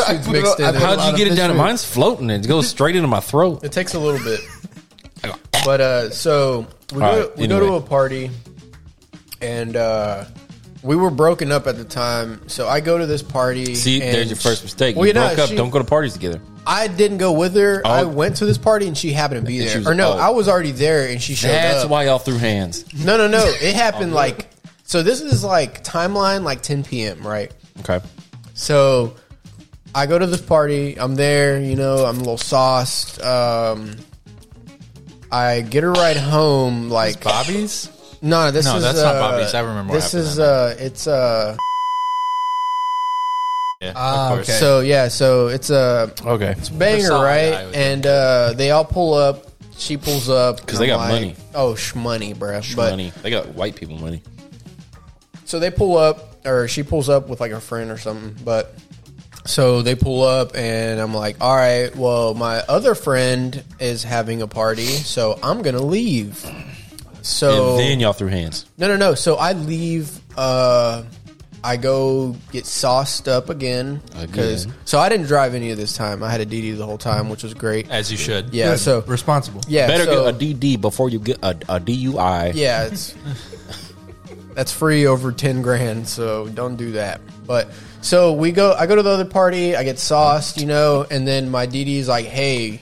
food's mixed
How- lot
in. It.
How'd
of
you get it
fish
down?
food.
Mine's floating. It goes straight into my throat.
It takes a little bit, but uh, so we
All
go,
right,
we go to
anyway.
a party, and uh, we were broken up at the time. So I go to this party.
See,
and
there's your first mistake.
Well,
you
you know,
broke up.
she-
don't go to parties together.
I didn't go with her. I
Oh.
went to this party, and she happened to be
And she
there.
was-
Or no,
oh.
I was already there, and she showed
That's
up.
why Oh, y'all threw hands.
No, no, no. It happened like so. This is like timeline, like 10 p.m. Right.
Okay.
So I go to this party. I'm there, you know, I'm a little sauced. Um, I get a ride home. Like,
Bobby's.
no, this
No,
is
that's
uh,
not Bobby's. I remember what
This
happened
is
that
uh, it's uh.
Yeah,
Ah,
of course.
okay.
So yeah, so it's a
Okay.
banger,
saw
right?
that, I was-
And uh, they all pull up. She pulls up
'Cause they
and I'm
got
like,
money.
Oh, sh money, bruh. but
money. They got white people money.
so they pull up or she pulls up with like her friend or something but so they pull up and i'm like all right well my other friend is having a party so i'm gonna leave so
and then y'all threw hands.
no no no so i leave uh i go get sauced up again because
Again.
so i didn't drive any of this time i had a dd the whole time which was great
As you should.
yeah so
responsible.
yeah
Better
so,
get a DD before you get a, a DUI.
Yeah, it's that's free over ten grand, so don't do that. But so we go. I go to the other party. I get sauced, you know, and then my DD's like, "Hey,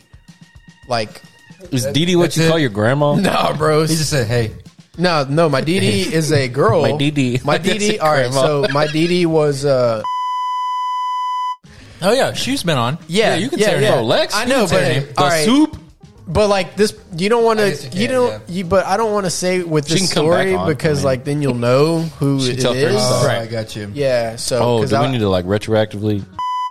like,
Is DD what
That's
you
it.
call your grandma?
nah, bro,
He just said, "Hey,
no, no." My DD is a girl.
My DD.
my
That's
DD.
a
All right,
grandma.
so my DD was uh,
Oh yeah, she's been on.
yeah,
you can
yeah,
say her
yeah.
name.
Oh, Lex?
I
You
know,
can say her
but
name.
all
The
right,
soup?
but like this, you don't want
I
to.
guess you
You
can,
don't.
yeah.
You, but I don't want to say with
She
this
can come back
story
on, I
because
mean.
like then you'll know who
She
it
tells her
is.
oh,
Right.
I got you."
Yeah. So
Oh,
'cause
do
I-
we need to like retroactively?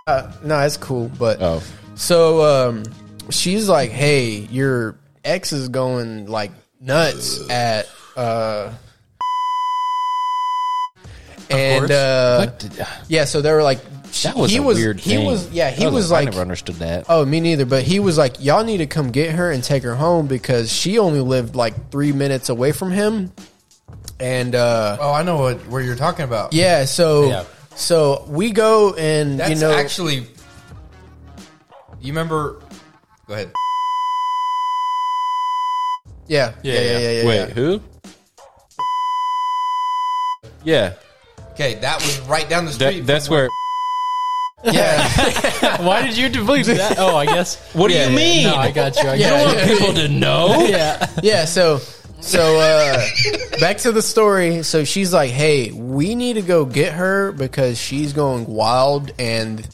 Uh, no, that's cool. But
Oh.
so um, she's like, "Hey, your ex is going like nuts at uh." And
course.
uh,
What did-
yeah, so they were like, she-
that was
he
a
was
weird
he
thing.
was yeah he
That
was,
a- I
like
never understood that.
oh me neither, but he was like, y'all need to come get her and take her home because she only lived like three minutes away from him, and uh,
Oh, I know what where you're talking about.
yeah, so
Yeah.
so we go and
that's
you know
actually. You remember? Go ahead.
yeah yeah yeah yeah, yeah, yeah.
Wait, who? Yeah,
Okay, that was right down the street.
that, that's where.
Why did you delete that? Oh, I guess.
What do
Yeah,
you
yeah.
mean?
No, I got you. I
Yeah,
got
yeah.
you.
people to know.
yeah, yeah. So, So uh, back to the story. So she's like, "Hey, we need to go get her because she's going wild, and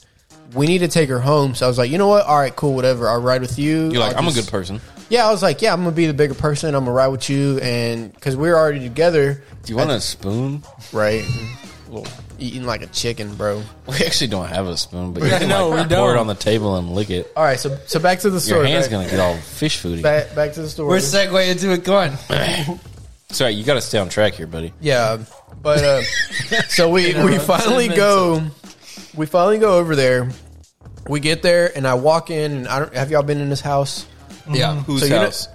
we need to take her home." So I was like, "You know what? All right, cool, whatever. I'll ride with you."
You're like,
I'll
I'm a
just-
good person.
Yeah, I was like, "Yeah, I'm gonna be the bigger person. I'm gonna ride with you," and because we were already together,
Do you want a spoon?
right? Eating like a chicken, bro.
We actually don't have a spoon, but you can
No,
like
we
pour it
don't.
on the table and lick it.
All right, so so back to the
Your
story.
hand's
back,
gonna get all fish foody.
back, back to the story.
We're segueing into it. Go on.
Sorry, you got to stay on track here, buddy.
Yeah, but uh, so we we finally go, we finally go over there. We get there, and I walk in, and I don't. Have y'all been in this house?
Yeah.
Whose
So you know- house?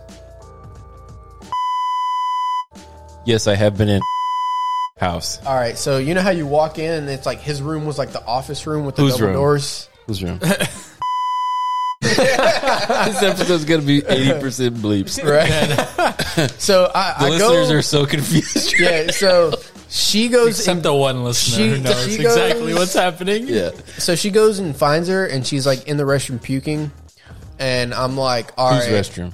yes, I have been in house.
All right, so you know how you walk in, and it's like his room was like the office room with the
Whose
double
room?
doors.
Whose room? this episode's gonna be eighty percent bleeps.
Right. so I,
The
I
listeners
go.
are so confused.
yeah. So she goes.
Except
in-
the one listener
she-
who knows
she goes-
exactly what's happening.
yeah.
so she goes and finds her, and she's like in the restroom puking, and I'm like, all right.
Whose restroom?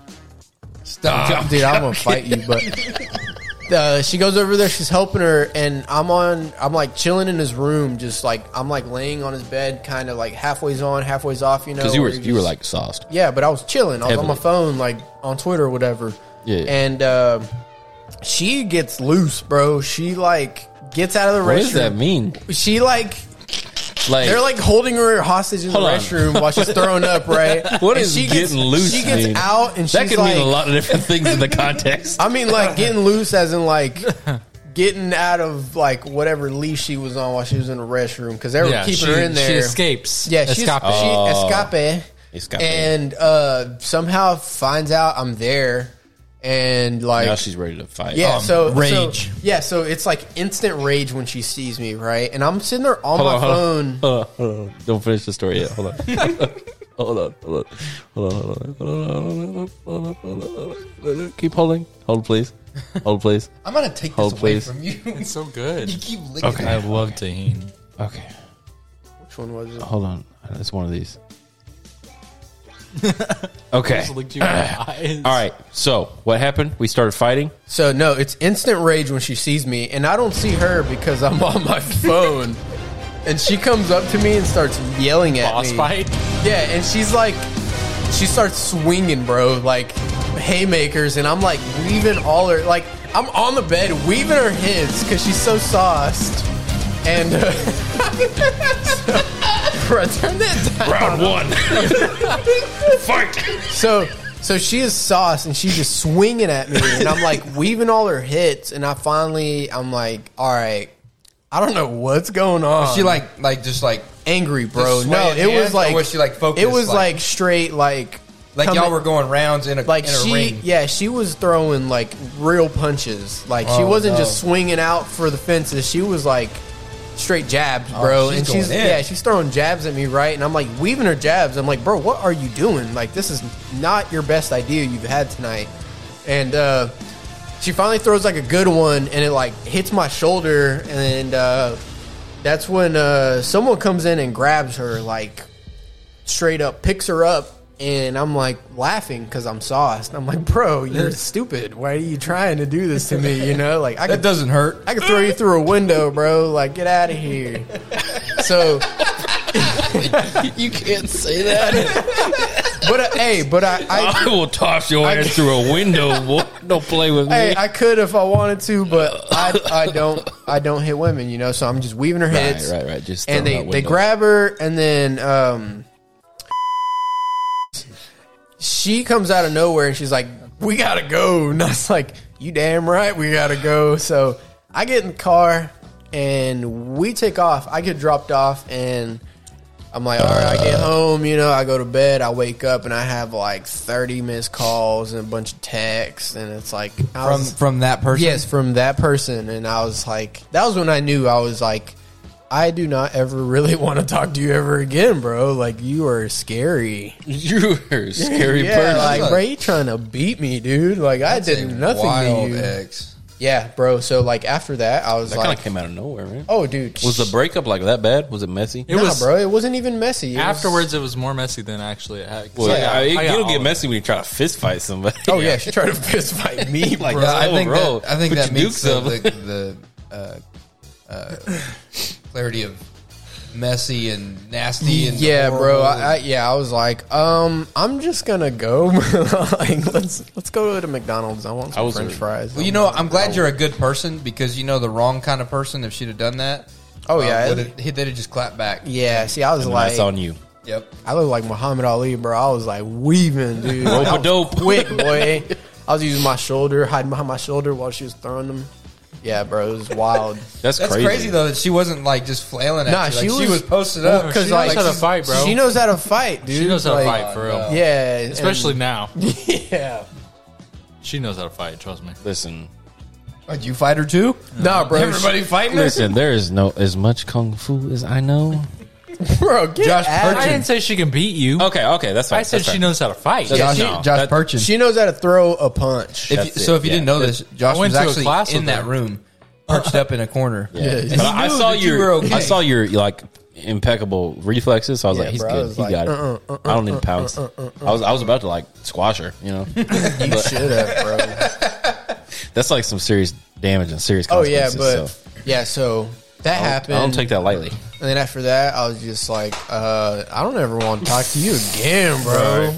Stop.
dude, Uh, I'm gonna fight you. But uh, she goes over there, she's helping her, and I'm on, I'm like chilling in his room, just like I'm like laying on his bed, kind of like halfway's on, halfway's off, you know.
Because you were
where you're
you were
just-
like sauced.
yeah, but I was chilling, I was on my
Heavily.
phone, like on Twitter or whatever.
Yeah.
and uh, she gets loose, bro. She like gets out of the
What
restroom.
does that mean?
She like.
Like,
They're like holding her hostage in
Hold
the
on.
restroom while she's throwing up, right?
What
And
is
she gets,
getting loose
She gets
mean?
out and
that
she's
could
like,
mean a lot of different things in the context.
I mean, like getting loose, as in like getting out of like whatever leash she was on while she was in the restroom because they were
Yeah,
keeping
she,
her in
She
there.
escapes.
yeah, she's,
Escape.
she
Oh.
escape,
Escape.
and uh, somehow finds out I'm there, and like
now she's ready to fight.
yeah,
Um,
so so-
rage.
yeah, so it's like instant rage when she sees me, right? And I'm sitting there on my
hold
phone.
on,
Oh.
hold on, hold on. Don't finish the story yet. Hold on. hold on. Hold on. Hold on. Hold on. Hold on. Hold on. Hold on. Hold on. Hold on. Hold on. Hold on. Keep holding. Hold please. Hold please.
I'm gonna take
Hold,
this away
please.
from you.
It's so good.
you keep licking.
Mm-hmm. Okay.
I love tahini.
Okay.
Which one was it?
Hold on. It's one of these. Okay.
Just looked you in the eyes.
All right. So what happened? We started fighting.
So no, it's instant rage when she sees me, and I don't see her because I'm on my phone. and she comes up to me and starts yelling at
Boss
me.
fight.
Yeah, and she's like, she starts swinging, bro, like haymakers, and I'm like weaving all her, like I'm on the bed weaving her hits because she's so sauced. And uh, so, bro, turn that down.
Round one. Fight.
So so she is sauce and she's just swinging at me and I'm like weaving all her hits and I finally I'm like all right I don't know what's going on.
She like like just like
angry, bro.
Just
No,
swaying
it
hands,
was
or
like
was she, like, focused,
It was
like-
like, straight like
like
coming-
y'all were going rounds in a
like
in a
she
ring.
yeah she was throwing like real punches. Like she
Oh,
wasn't
no.
just swinging out for the fences. She was like straight jabs, bro.
Oh, she's
and
going
she's
in.
yeah she's throwing jabs at me right, and I'm like weaving her jabs. I'm like, bro, what are you doing? Like this is not your best idea you've had tonight. And uh, she finally throws like a good one, and it like hits my shoulder, and uh, that's when uh, someone comes in and grabs her like straight up picks her up and I'm like laughing because I'm sauced. I'm like, bro, you're stupid. Why are you trying to do this to me? You know, like I
That
could,
doesn't hurt.
I could throw you through a window, bro. Like, get out of here. So,
You can't say that.
but uh, hey, but I, I,
I will toss your
I-
ass through a window. Boy. Don't play with me.
hey, I could if I wanted to, but I, I don't, I don't hit women, you know. So I'm just weaving her hits,
right, right. Just
and
throwing
they
out
they
windows.
grab her, and then um, she comes out of nowhere and she's like, "We gotta go," and I was like, "You damn right, we gotta go." So I get in the car and we take off. I get dropped off and. I'm like, all right, I get
Uh.
home, you know, I go to bed, I wake up, and I have like 30 missed calls and a bunch of texts, and it's like, I
From
was-
from that person.
Yes, from that person. And I was like, that was when I knew I was like, I do not ever really want to talk to you ever again, bro. Like, you are scary.
You are a scary
yeah,
person.
like, bro, you trying to beat me, dude. Like, I did nothing
Wild
to you.
X.
Yeah, bro. So like after that, I was
That kind
like,
of came out of nowhere, right?
"Oh, dude,
Was the
sh-
breakup like that bad? Was it messy?
It
nah,
was
bro? It wasn't even messy It was-
afterwards. It was more messy than actually. It had, 'cause
Well,
I got-
I mean,
I got
it'll
all
get
of
messy when you try to fist fight somebody.
Oh yeah, she tried to fist fight me,
Like,
bro.
that's
I
Oh,
think
bro.
that I think
Put
that
your
makes
dukes
the,
up.
the, the uh, uh, clarity of messy and nasty and
Yeah, bro.
horrible.
I, I, yeah, I was like, um, I'm just gonna go. like, let's let's go to McDonald's. I want some
I was-
French fries.
well, you know, I'm glad you're a good person because you know the wrong kind of person. If she'd have done that,
Oh, yeah.
would have, they'd have just clapped back.
yeah. See, I was like,
That's on you.
Yep.
I look like Muhammad Ali, bro. I was like weaving, dude.
Rope
That
a
was
dope.
quick, boy. I was using my shoulder, hiding behind my shoulder while she was throwing them. Yeah, bro, it was wild.
That's,
That's crazy.
crazy.
though that she wasn't like just flailing at
Nah,
you. Like,
she
she,
was-
was posted
Well,
up
'cause,
She was
like,
She knows how to fight, bro.
She knows how to fight, dude.
She knows how to
Like,
fight for real,
no.
Yeah, and-
especially now.
yeah.
She knows how to fight. Trust me.
Listen,
Did you fight her too?
Nah, bro.
Everybody fighting her.
listen. There is no as much kung fu as I know.
bro, get
Josh
out.
I
Perkins.
didn't say she can beat you.
Okay, okay, that's fine.
I said
that's
she
fine.
knows how to fight.
That's-
Josh,
No,
Josh
that-
Perchin.
She knows how to throw a punch.
If,
That's
so
it,
if you
yeah.
didn't know this, Josh
I went
was
to a
actually
class
in
with
that
her.
room, perched up in a corner.
Yeah.
he
But I, I
knew
saw
that you
your,
were okay.
I saw your like impeccable reflexes. So I was like, he's
bro, I
good.
was
He
like,
got it. I don't need pounds. I was, I was about to like squash her. You know,
you should have, bro.
that's like some serious damage and serious.
Oh yeah,
Consequences,
but
so
yeah. So
I
that
don't-
happened.
I don't take that lightly.
And then after that, I was just like, uh, I don't ever want to talk to you again, bro.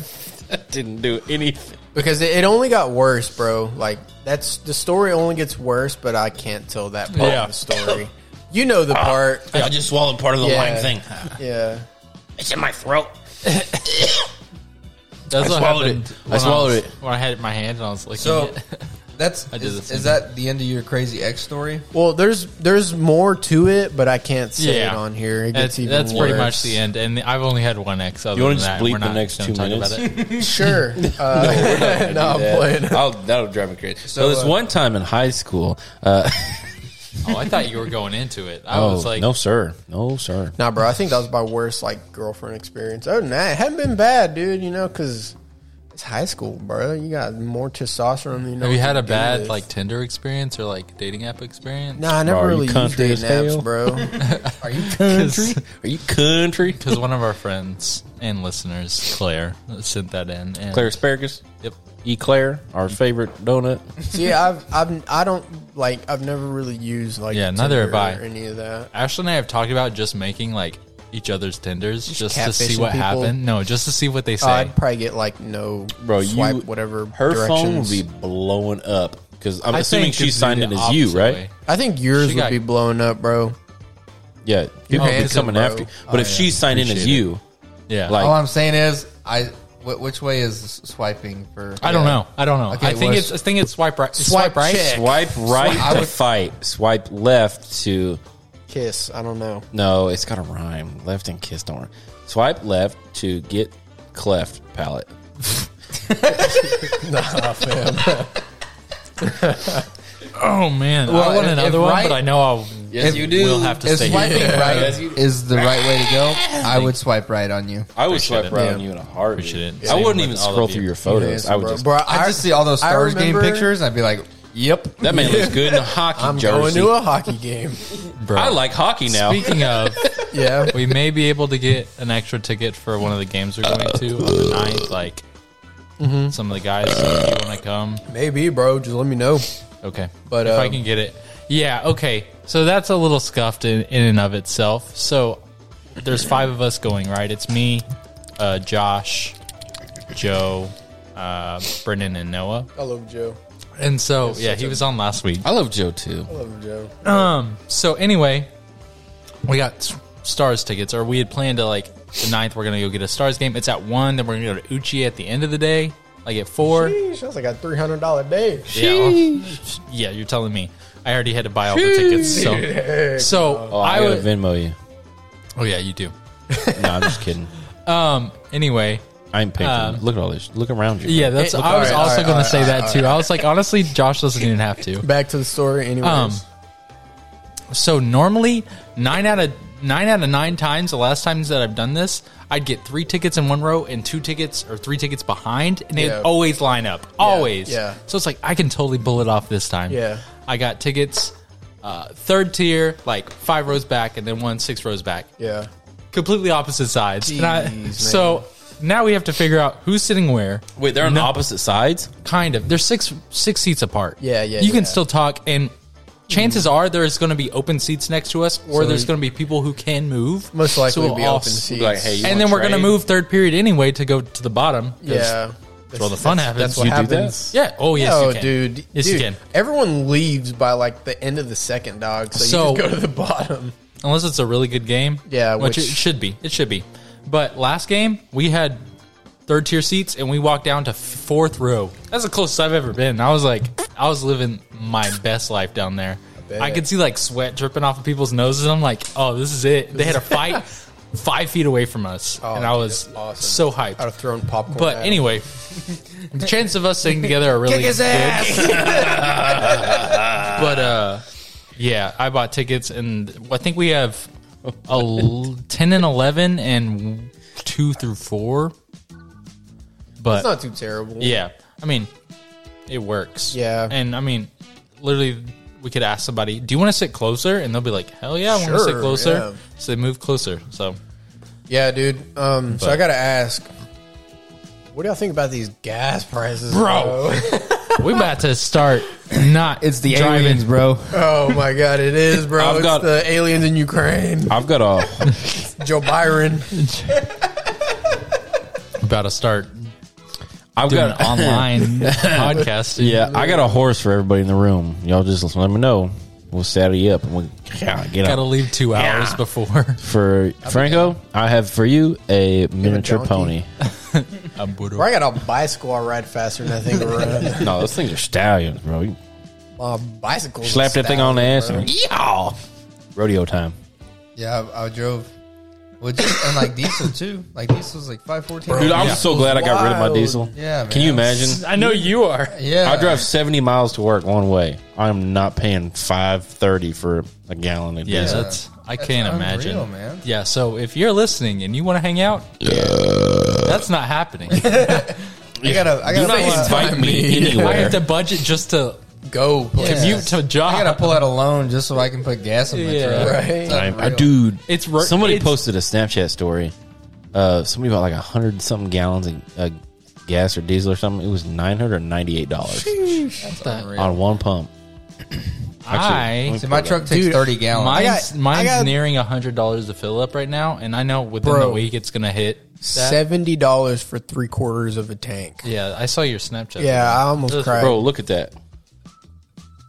Didn't do anything.
Because it, it only got worse, bro. Like that's the story only gets worse, but I can't tell that part
Yeah.
of the story. You know the part,
I just swallowed part of the
Yeah. lime thing. yeah.
It's in my throat.
That's
I
what
swallowed
happened
it. I
when was-
swallowed it.
when I had it in my hand and I was like,
So that's
I did the
is,
same
is that the end of your crazy ex story?
Well, there's there's more to it, but I can't say
Yeah.
it on here. It
that's,
gets even
that's pretty much
worse.
the end. And I've only had one ex. Other
You
than
want to just
that, we're
bleep the
not
next
gonna
two
talk
minutes?
about it.
Sure. Uh, no, I'm playing.
I'll, that'll drive me crazy. So, this
uh,
one time in high school, uh,
Oh, I thought you were going into it. I
oh
was like,
no sir, no sir.
Nah, bro. I think that was my worst like girlfriend experience. Other than that, it hadn't been bad, dude. You know, because it's high school, bro. You got more testosterone. than You know,
Have you
what
had
to
a
do
bad
with.
like Tinder experience or like dating app experience?
Nah, I never
Bro, are you
really used
country as
dating apps,
hell?
bro.
Are you
Because
Are you country?
one of our friends and listeners, Claire, sent that in. And
Claire asparagus,
Yep.
eclair, our favorite donut.
See, I've, I've, I don't like. I've never really used like.
Yeah, neither
Tinder
have I.
or Any of that.
Ashley and I have talked about just making like each other's Tinders just, to see
catfishing
what
people.
happened. No, just to see what they
Uh,
say.
I'd probably get like no
Bro, you-
swipe whatever.
Her phone would
directions.
be blowing up because I'm
I
assuming
think
she
it's
signed
the
it as you,
opposite
right?
way.
I think yours
She
would
got-
be blowing up, bro.
Yeah, people be
handsome,
coming
bro. Oh,
after. you. But if she signed in as
Appreciate it.
you,
Yeah.
like
All I'm saying is, I wh- which way is swiping for?
I don't know. I don't know.
Okay,
I think
where's-
it's I think it's swipe right.
Swipe check.
swipe right
I
to
would-
fight, swipe left to
Kiss. I don't know.
no. It's got a rhyme. Left and kiss don't. Rhyme. Swipe left to get cleft palate.
Oh man,
Well,
I want
if-
another
if
one,
right-
but I know I'll.
Yes,
you
We'll have to
Is
stay.
swiping
here.
right is the right way to go? I would swipe right on you.
I would
Appreciate
swipe
it.
right
Yeah.
on you in a heartbeat.
Appreciate it.
I
Same
wouldn't
with
even
all of
scroll through
you.
your photos. I would
bro.
just.
Bro,
I just see all those
I
stars game
remember-
pictures, and I'd be like, "Yep,
That man looks good in a hockey
I'm going
jersey.
to a hockey game.
Bro.
I like hockey now.
Speaking of,
yeah.
we may be able to get an extra ticket for one of the games we're going to on the ninth. Like some of the guys, if you want to come?
Maybe, bro. Just let me know.
Okay,
But,
if I
um,
can get it, yeah. Okay, so that's a little scuffed in, in and of itself. So there's five of us going, right? It's me, uh, Josh, Joe, uh, Brendan, and Noah.
I love Joe.
And so yeah, he was on last week.
I love Joe too.
I love Joe.
Um. So anyway, we got s- stars tickets, or we had planned to like the ninth. We're gonna go get a stars game. It's at one. Then we're gonna go to Uchi at the end of the day, like at four.
Sheesh, that's like a three hundred dollar day.
Yeah, well, yeah, you're telling me. I already had to buy all the tickets. So, so
Oh, I,
I
gotta
would.
Venmo you.
Oh yeah, you do.
No, I'm just kidding.
Um. Anyway,
I ain't paying. for it. Look at all this. Look around you.
yeah, that's. I was
alright,
also
alright,
gonna
alright,
say that too. I was like, honestly, Josh doesn't even have to.
Back to the story, anyways.
Um, So normally nine out of nine out of nine times the last times that I've done this, I'd get three tickets in one row and two tickets or three tickets behind, and they
Yeah.
would always line up. Always.
yeah.
So it's like I can totally pull it off this time.
Yeah.
I got tickets uh, third tier, like five rows back, and then one six rows back
Yeah.
completely opposite sides. And I-
Jeez, man.
so now we have to figure out who's sitting where.
Wait, they're on opposite sides.
Kind of. They're six six seats apart.
Yeah, yeah,
You
yeah. Mm.
can still talk, and chances are there's going to be open seats next to us, or there's going to be people who can move.
Most likely
So we'll
be
all
open
s-
seats.
Like, hey, you
And
wanna
then we're going to
trade?
move third period anyway to go to the bottom. 'cause
yeah.
that's where all the fun happens.
That's what
You do that?
happens.
Yeah. Oh yes,
oh,
you can.
dude.
Yes,
dude,
you can.
Everyone leaves by like the end of the second dog, so,
So-
you just go to the bottom.
Unless it's a really good game.
Yeah,
which,
which-
it should be. It should be. But last game we had third tier seats and we walked down to fourth row. That's the closest I've ever been. I was like, I was living my best life down there.
bet.
I could see like sweat dripping off of people's noses. I'm like, oh, this is it. They had a fight five feet away from us, and I
Oh, dude,
was
that's awesome.
so
I'd
hyped.
have thrown popcorn.
But
at him.
anyway, the chance of us sitting together are really good. but uh yeah i bought tickets and i think we have a 10 and 11 and 2 through 4 but
It's not too terrible.
yeah i mean it works
Yeah.
and i mean literally we could ask somebody do you want to sit closer and they'll be like hell yeah i want to sit
Sure,
closer
yeah.
so they move closer so
Yeah, dude. Um, so
But-
I gotta ask, what do y'all think about these gas prices,
Bro. we about to start not
It's the
driving
aliens, bro.
oh my god, it is, bro.
I've
it's
got-
the aliens in Ukraine.
I've got a
Joe Byron.
about to start
I've
doing
got
an online podcast
Yeah, I got a horse for everybody in the room. Y'all just let me know. We'll Saturday up and we'll yeah, get
gotta
out.
leave two hours before
For Franco, I have for you a miniature pony.
donkey. Bro, I got a bicycle I ride faster than I think around.
No, those things are stallions, bro. You
uh, bicycle.
slap that thing on the ass and yeah, rodeo time.
Yeah, I, I drove. Which, and like diesel too. Like diesel's like five fourteen.
Dude, I'm
Yeah.
so glad I got rid of my
Wild.
diesel.
Yeah,
Can
man.
you imagine?
I know you are.
Yeah,
I drive 70 miles to work one way. I'm not paying 5.30 for a gallon of
Yeah,
diesel.
that's I can't
unreal,
imagine.
man.
Yeah, so if you're listening and you want to hang out, that's not happening.
I gotta. I gotta
Do not
pull out,
uh,
invite me
I
anywhere.
have to budget just to
Go.
Yeah.
commute to a job.
I gotta pull out a loan just so I can put gas in my
Yeah.
truck.
Right.
It's
I, I,
unreal.
dude,
It's ro-
somebody
it's-
posted a Snapchat story. Uh, somebody bought like a hundred something gallons of uh, gas or diesel or something. It was nine hundred ninety eight dollars on one pump.
I-
let me
See, my
pull it
truck takes
Dude,
thirty gallons.
mine's
got- I
mine's
got-
nearing a hundred dollars to fill up right now, and I know within
Bro.
the week it's gonna hit. that.
Seventy dollars for three quarters of a tank.
Yeah, I saw your Snapchat.
Yeah, I almost
Those-
cried.
up. bro, look at that.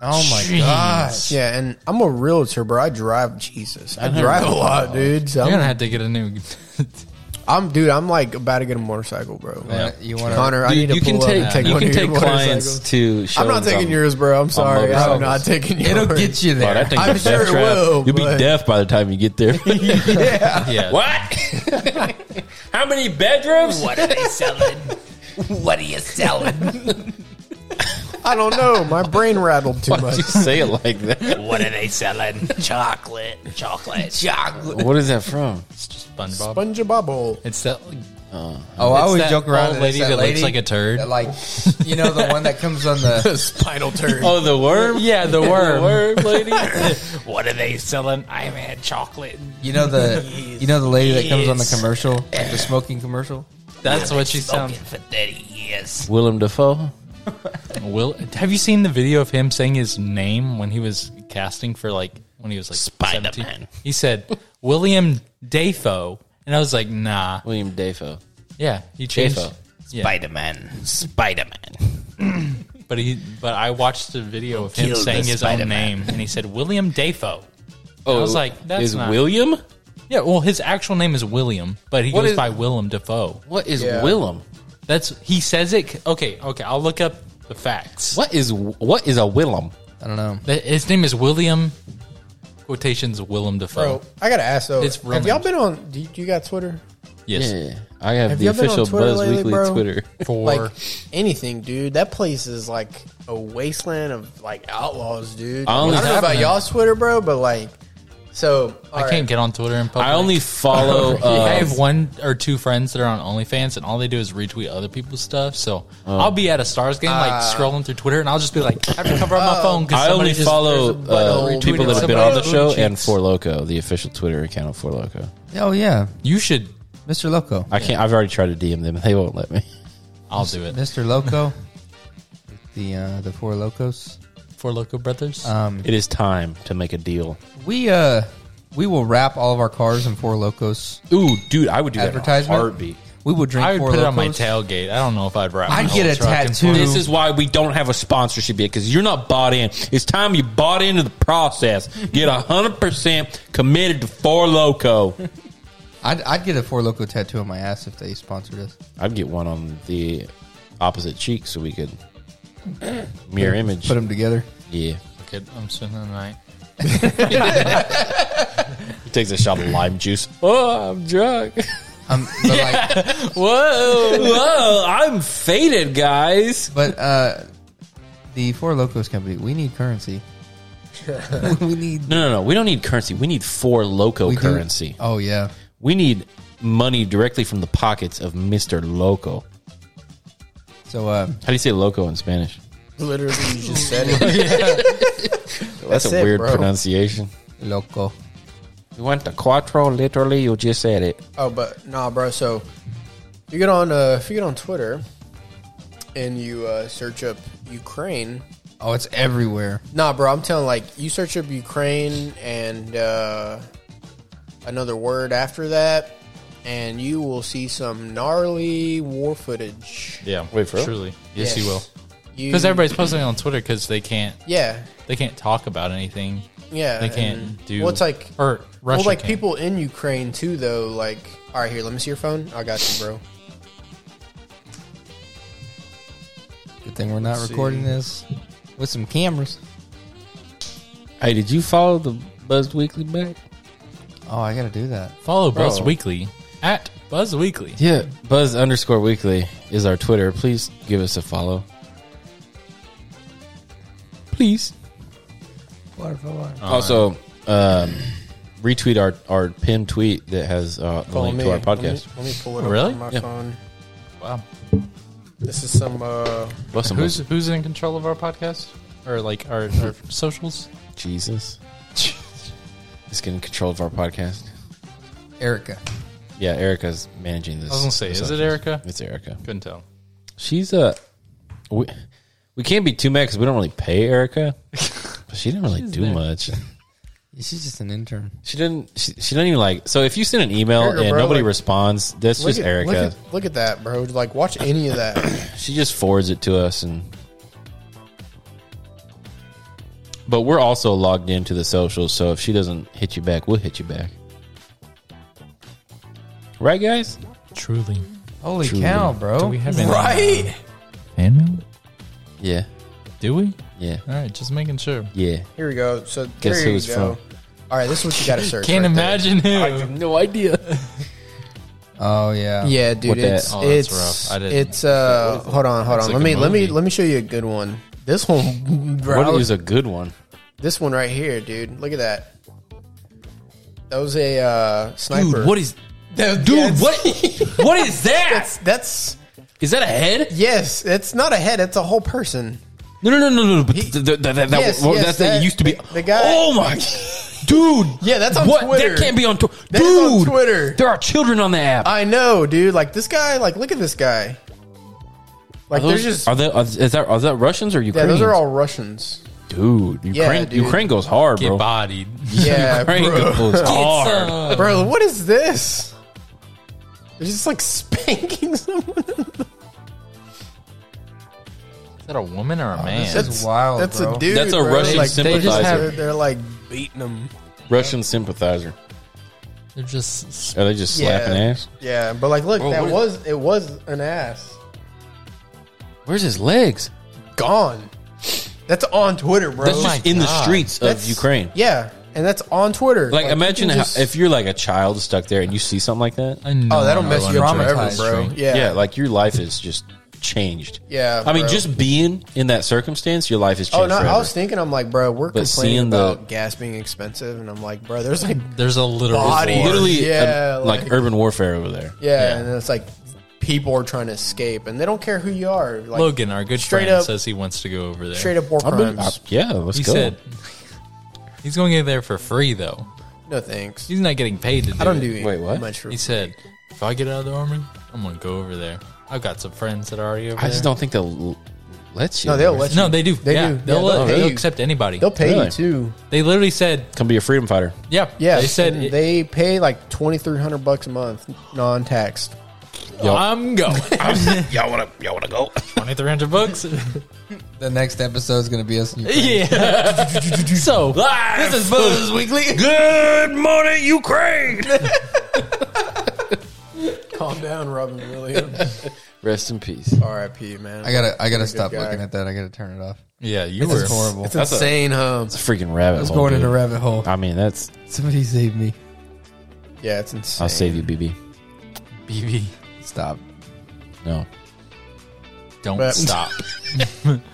oh my
Jeez.
gosh!
Yeah, and I'm a realtor, bro. I drive Jesus. I drive a lot, dude. So
You're gonna
I'm,
have to get a new.
I'm- dude. I'm like about to get a motorcycle, bro.
Yeah, you want
Connor, I need
Dude,
to
you
pull
can
up
take,
and take
you
one
can
of your
take clients
motorcycles.
to. Show
I'm not
them
taking
something.
yours, bro. I'm sorry. I'm
motorcycles.
not taking yours.
It'll get you
Bro,
there.
that thing's
I'm
a
sure
death
it
trap.
will,
You'll be
but-
deaf by the time you get there.
Yeah,
what? How many bedrooms?
What are they selling? What are you selling?
I don't know. My brain rattled too
Why'd
much.
you say it like that?
What are they selling? Chocolate. Chocolate. Chocolate.
What is that from?
it's just SpongeBob.
SpongeBobble.
it's that.
Oh, I
it's
always
that
joke around.
old
and
lady
it's
that looks like a turd.
that, like you know the one that comes on the.
Spinal turd.
Oh, the worm.
Yeah, the worm.
lady.
What are they selling? I had chocolate.
You know the. You know the lady that comes on the commercial, like the smoking commercial.
That's what she
Smoking
sounds.
for 30 years.
Willem Dafoe.
Will have you seen the video of him saying his name when he was casting for like when he was like
Spider-Man.
17? He said William Dafoe, and I was like, nah,
William Dafoe.
yeah, he changed.
Dafoe.
Yeah,
Spider Man. Spider Man.
but he but I watched a video of him
Kill the
saying his own
Spider-Man.
name, and he said William Dafoe.
Oh,
was like, that's
is
not-
William?
Yeah, well, his actual name is William, but he
What
goes
is-
by Willem Dafoe.
What is
Yeah.
Willem?
That's he says it. Okay, okay, I'll look up the facts.
What is what is a Willem?
I don't know.
Th- His name is William. Quotations Willem Dafoe.
Bro, I gotta ask though.
It's
have y'all
rumored.
been on? Do you, do you got Twitter?
Yes.
Yeah, I have,
Have
the
y'all been on
official
Twitter
Buzz
lately,
Weekly
bro?
Twitter.
For
Like anything, dude. That place is like a wasteland of like outlaws, dude.
I
I,
only-
don't know about
happening.
y'all's Twitter, bro, but like, so
I
all
can't
right.
get on Twitter in public.
I only follow.
I
Uh,
have one or two friends that are on OnlyFans, and all they do is retweet other people's stuff. So
Oh.
I'll be at a Stars game, like scrolling through Twitter, and I'll just be like, I have to cover
Oh.
up my phone because
I
somebody
only
just
follow
there's a
uh,
butthole
people
retweeted
that have been on
somebody's
the show
booty
and
cheeks.
Four Loco, the official Twitter account of Four Loco.
Oh yeah,
You should.
Mr. Loco,
I can't. I've already tried to DM them. They won't let me.
I'll do it.
Mr. Loco, the uh, the four locos.
For Loco Brothers.
Um,
It is time to make a deal.
we uh, we will wrap all of our cars in four locos
Ooh, dude, I would do that in
advertisement.
a heartbeat.
We will drink.
I would
four
put it on my
Locos.
tailgate. I don't know if I'd wrap. my
I'd
whole
get a
truck in
tattoo.
foil.
This is why we don't have a sponsorship yet because you're not bought in. It's time you bought into the process. Get hundred percent committed to Four Loco.
I'd, I'd get a four loco tattoo on my ass if they sponsored us.
I'd get one on the opposite cheek so we could mirror image.
Put them together.
yeah,
Okay, I'm spending the night.
he takes a shot of lime juice. Oh, I'm drunk.
Um, but like,
Whoa, whoa! I'm faded, guys.
but uh, the four locos company. We need currency. we need
No, no, no. We don't need currency. We need Four Loco
we do-
currency.
Oh yeah.
We need money directly from the pockets of Mister Loco.
So uh,
How do you say loco in Spanish?
literally you just said it.
That's, a
it,
weird
bro.
pronunciation.
loco.
You went to Quattro, literally, you just said it.
Oh, but nah, bro. So you get on uh, if you get on Twitter and you uh, search up Ukraine.
Oh, it's everywhere.
Nah, bro. I'm telling like you search up Ukraine and uh, another word after that, and you will see some gnarly war footage.
Yeah,
Wait, for real?
truly. Yes, you will.
You-
Because everybody's posting on Twitter because they can't.
yeah,
They can't talk about anything.
yeah,
They can't
and-
do.
Well, it's like
or Russia
well, like
can.
people in Ukraine too, though. Like, all right, here, let me see your phone. I got you, bro.
Good thing we're not recording this with some cameras.
Hey, did you follow the Buzzed Weekly back?
Oh, I gotta do that.
follow Buzz
Bro.
Weekly at Buzz Weekly.
Yeah, Buzz underscore Weekly is our Twitter. Please give us a follow. Please. Uh, Also, um, retweet our, our pinned tweet that has uh, the
Follow
link
me.
to our
Let me-
podcast.
Let me, pull it up
Oh, Really?
on my
Yeah.
phone.
Wow.
This is some. Uh,
Bless him,
Who's
Lord
who's in control of our podcast or like our, our socials?
Jesus? He's getting control of our podcast.
Erica.
Yeah, Erica's managing this.
I was gonna say,
this
is it
episode.
Erica?
It's Erica.
Couldn't tell.
She's a. We, we can't be too mad because we don't really pay Erica. But she didn't really do much.
She's just an intern.
She didn't. She, she didn't even like. So if you send an email
Erica,
and
bro,
nobody
like-
responds, that's
look
just
at-
Erica.
Look at, look at that, bro. Like, watch any of that.
she just forwards it to us, and but we're also logged into the socials. So if she doesn't hit you back, we'll hit you back. Right, guys?
Truly.
Holy
Truly.
cow, bro.
Do we have any
right?
fan mail?
Yeah,
Do we?
yeah,
All right, just making sure.
yeah.
Here we go. So
Guess
here
who
you
it's
go.
from.
All right, this is what you got to search.
Can't
right there.
imagine
have
who.
no idea.
oh yeah.
Yeah, dude,
What the-
it's
oh, that's
it's
rough. I didn't-
it's uh. Hold on, hold
like
on. let
a
me let me
movie.
let me show you a good one. This one, bro.
What is a good one?
this one right here, dude. Look at that. That was a uh, sniper.
is
That-
Dude,
that's-
what? what is that?
That's that's
Is that a head?
yes. It's not a head. It's a whole person.
No, no, no, no, no. But th- th- that- that- that-
Yes,
well,
yes,
that's that
that-
used to be.
the- the guy-
Oh my, dude.
Yeah, that's on
what?
Twitter.
That can't be on, Twitter.
That
dude.
is on Twitter.
There are children on the app.
I know, dude. Like this guy. Like look at this guy. Like
Those-
there's just
are, they, are, is that, are that Russians or
yeah.
Ukrainians?
Those are all Russians.
dude. Ukraine,
dude.
Ukraine goes hard,
Get
bro.
bodied.
Yeah,
Ukraine
bro.
goes hard.
Bro, what is this? They're just like spanking someone.
Is that a woman
Oh,
or a man?
That's wild,
That's
bro.
a dude.
That's a
bro.
Russian
like,
sympathizer.
They just have, they're, they're, like beating them.
Russian sympathizer.
They're just.
Are they just slapping
Yeah.
ass?
Yeah, but like, look, that
what-
was it was an ass
Where's his legs?
gone. That's on Twitter, bro.
That's just in the
Oh God.
streets of
That's-
Ukraine.
Yeah, and that's on Twitter.
Like, imagine
you
how,
can just-
if you're like a child stuck there and you see something like that.
I know
oh, that'll
I
mess you up
wanna
forever,
traumatized
bro.
me.
Yeah,
yeah, like your life is just changed.
Yeah,
I mean,
bro.
just being in that circumstance, your life is changed.
Oh no! I
forever.
was thinking, I'm like, bro, we're
But
complaining
seeing the-
about gas being expensive, and I'm like, bro, there's like,
There's a literal
Body.
war.
literally a-
Yeah,
like,
like-
urban warfare over there.
yeah, and then it's like, people are trying to escape, and they don't care who you are. Like,
Logan, our good
straight
friend,
up,
says he wants to go over there.
straight up war
I've been-
crimes.
I- yeah, let's
he
go.
said he's going in there for free though.
no thanks.
He's not getting paid to do
I don't
it.
do
Wait, what?
much for
He said, "If I get out of the army, I'm gonna go over there. I've got some friends that are already over
I just
there."
don't think they'll l- let you.
No, they'll
there.
let you.
No, they do.
They
yeah, They'll,
do. Yeah, they'll
let-
pay
they'll
you.
accept anybody.
They'll pay
Really?
you too.
They literally said,
come be a freedom fighter.
"Yeah,
Yeah,
They said,
and they pay like twenty three hundred bucks a month, non taxed.
"I'm going."
y'all wanna y'all wanna go?
Twenty three hundred bucks.
The next episode is going to be us. And your friends.
yeah. so this is Buzz Weekly.
Good morning, Ukraine.
Calm down, Robin Williams.
Rest in peace.
R.I.P. Man.
I gotta, I gotta stop
guy.
looking at that. I gotta turn it off.
Yeah, you
This
were
is horrible.
it's
I
That's a-
insane, huh?
It's a freaking rabbit
was
hole.
going in
dude.
a rabbit hole.
I mean, that's.
Somebody save me.
Yeah, it's insane.
I'll save you, BB.
BB.
Stop.
No.
Don't
But-
stop.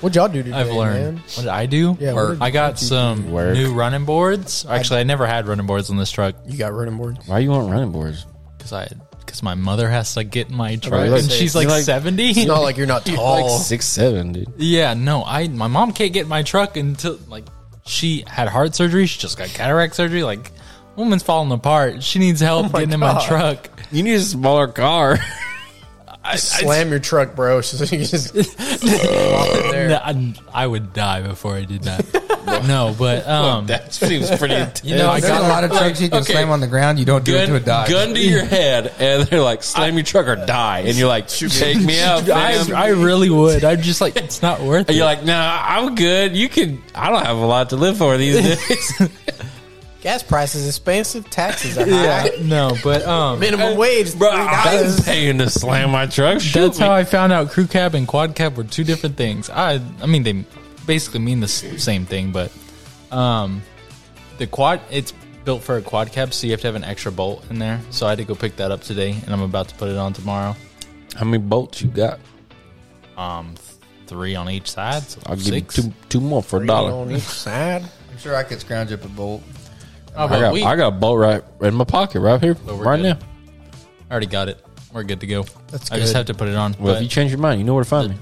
What y'all do today?
I've learned.
Man?
What did I do?
Yeah, what did-
I got some
Work.
new running boards. Actually, I never had running boards on this truck
You got running boards.
Why you want running boards?
because I because my mother has to get in my truck
like-
and she's
you're
like,
like-
seventy.
It's not like you're not tall.
Like six seven, dude.
Yeah, no, I my mom can't get in my truck until like she had heart surgery. She just got cataract surgery. Like woman's falling apart. She needs help getting in my
God.
truck.
You need a smaller car.
Slam your truck, bro. So you just
No, I, I would die before I did that. no, but um,
that seems pretty. Intense.
you know, I
There's
got
a lot of trucks you can
okay.
slam on the ground. You don't do it to a dog.
gun to your head, and they're like, "Slam your truck or die," and you're like, "Take me out,
I,
fam."
I really would. I'm just like it's not worth
And
it.
you're like, "Nah, I'm good. You can. I don't have a lot to live for these days."
gas prices expensive, taxes are
yeah,
high.
no, but um,
Minimum wage, is
Bro,
three
I'm
dollars.
paying to slam my truck. Shoot
that's
me.
how I found out crew cab and quad cab were two different things. I I mean they basically mean the s- same thing, but um, the quad it's built for a quad cab, so you have to have an extra bolt in there. So I had to go pick that up today, and I'm about to put it on tomorrow.
How many bolts you got?
Um, th- three on each side. So
I'll give
six.
you two two more for a dollar.
On each side.
I'm sure I could scrounge up a bolt.
Oh,
I
but
got
we-
I got a bolt right in my pocket right here
we're
right
good.
now.
I already got it. We're good to go.
That's
I just
good.
have to put it on.
Well, if you change your mind, you know where to find me.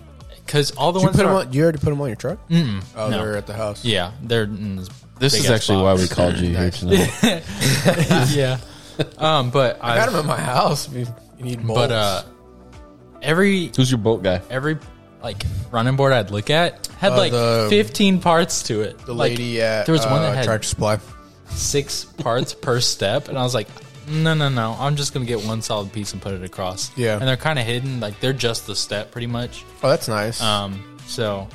because all the
Did you
ones
put 'em
are-
on? You already put them on your truck? mm Oh, they're at the house.
yeah, they're in this
This
big
is
ass
actually why
box.
we called you here tonight.
yeah. Um, but I,
I got them at my house. If you you need bolts.
but uh, every
Who's your bolt guy?
every like running board I'd look at had
Uh,
like
the-
15 parts to it.
the
Like,
lady at
there was one
uh,
that had
Tractor Supply.
six parts per step, and I was like, no, no, no, I'm just gonna get one solid piece and put it across.
Yeah.
and they're kind of hidden, like they're just the step pretty much.
Oh, that's nice.
Um, so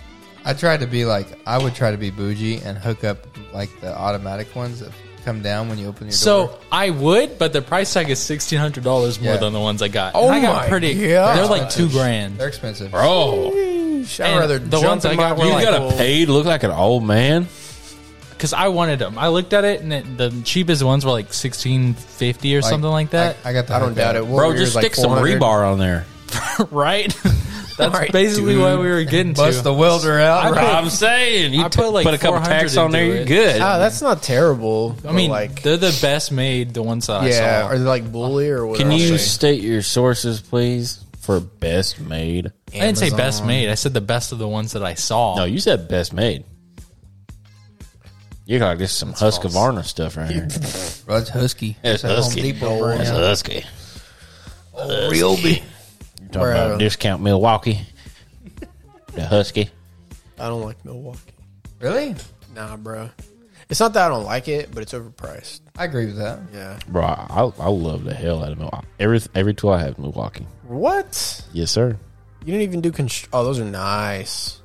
I tried to be like, I would try to be bougie and hook up like the automatic ones that come down when you open your door.
so I would, but the price tag is sixteen hundred dollars more
Yeah.
than the ones I got. And I got
Oh my
pretty.
God.
They're like two grand.
They're expensive.
Bro,
I'd
and
rather
the
jump
ones
in
I
my
got were
you
We're like,
got
well-
a paid look like an old man.
because I wanted them. I looked at it, and it, the cheapest ones were like sixteen fifty or something like that,
I, I got. The
I don't
hook
doubt
up.
it. What
Bro,
were
Oh, just
yours, like
stick some
400?
rebar on there.
right? That's
Right,
basically what we were getting
Bust
to.
the welder out.
I
bro.
put-
I'm saying you
I
t- put,
put, like,
a couple
400
tacks on there,
into
you're
it.
good.
Ah, that's not terrible.
I mean,
like,
they're the best made. The ones that
yeah,
I saw.
are they like bully or what?
Can you state your sources, please, for best made?
I didn't say best made. I said the best of the ones that I saw.
No, you said best made. You gotta get some Husqvarna stuff right here.
Bro, it's husky.
It's
at Home
husky.
Depot right now.
Husky.
Ryobi.
You're talking
Bro.
about discount Milwaukee. the Husky.
I don't like Milwaukee.
Really?
Nah, bro. It's not that I don't like it, but it's overpriced.
I agree with that.
Yeah.
Bro, I, I- I love the hell out of Milwaukee. Every, every tool I have is Milwaukee.
What?
Yes, sir.
You didn't even do const- Oh, those are nice.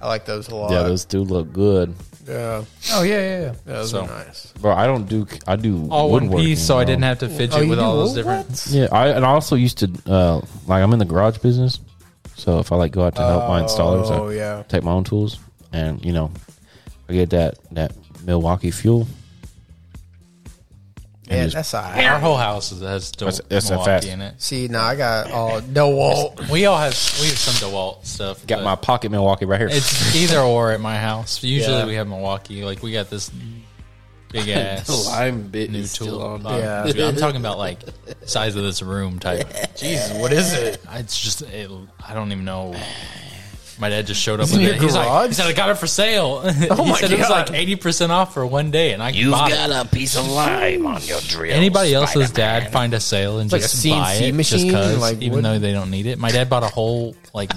I like those a lot.
Yeah, those do look good.
Yeah,
Oh yeah, yeah, yeah.
yeah, those
So-
are nice.
Bro, I don't do, I do
all one
woodworking,
piece, so I
bro.
didn't have to fidget
Oh, you
with
do
all those
what?
different.
Yeah, I and I also used to uh, like I'm in the garage business, so if I like go out to help my installers,
Oh
I
yeah.
take my own tools, and you know, I get that that Milwaukee fuel,
Yeah, that's all right.
Our whole house is- has De-
That's- that's a
Milwaukee
fact.
in it.
See, now I got all DeWalt.
We all have we have some DeWalt stuff.
Got
but
my pocket Milwaukee right here.
It's either or at my house. Usually
Yeah.
we have Milwaukee. Like we got this big ass
lime bit
new tool. Uh,
Yeah.
dude, I'm talking about like size of this room type.
Jesus, what is it?
It's just it, I don't even know. My dad just showed up
in
with
your
it. He's like,
garage?
he said I got it for sale. Oh he
my
said it was
God.
like eighty percent off for one day, and I bought it.
a piece of lime on your drill.
Anybody else's dad find a sale and
like
just
a
buy
CNC
it just
machine,
because,
like
even
wood-
though they don't need it. My dad bought a whole like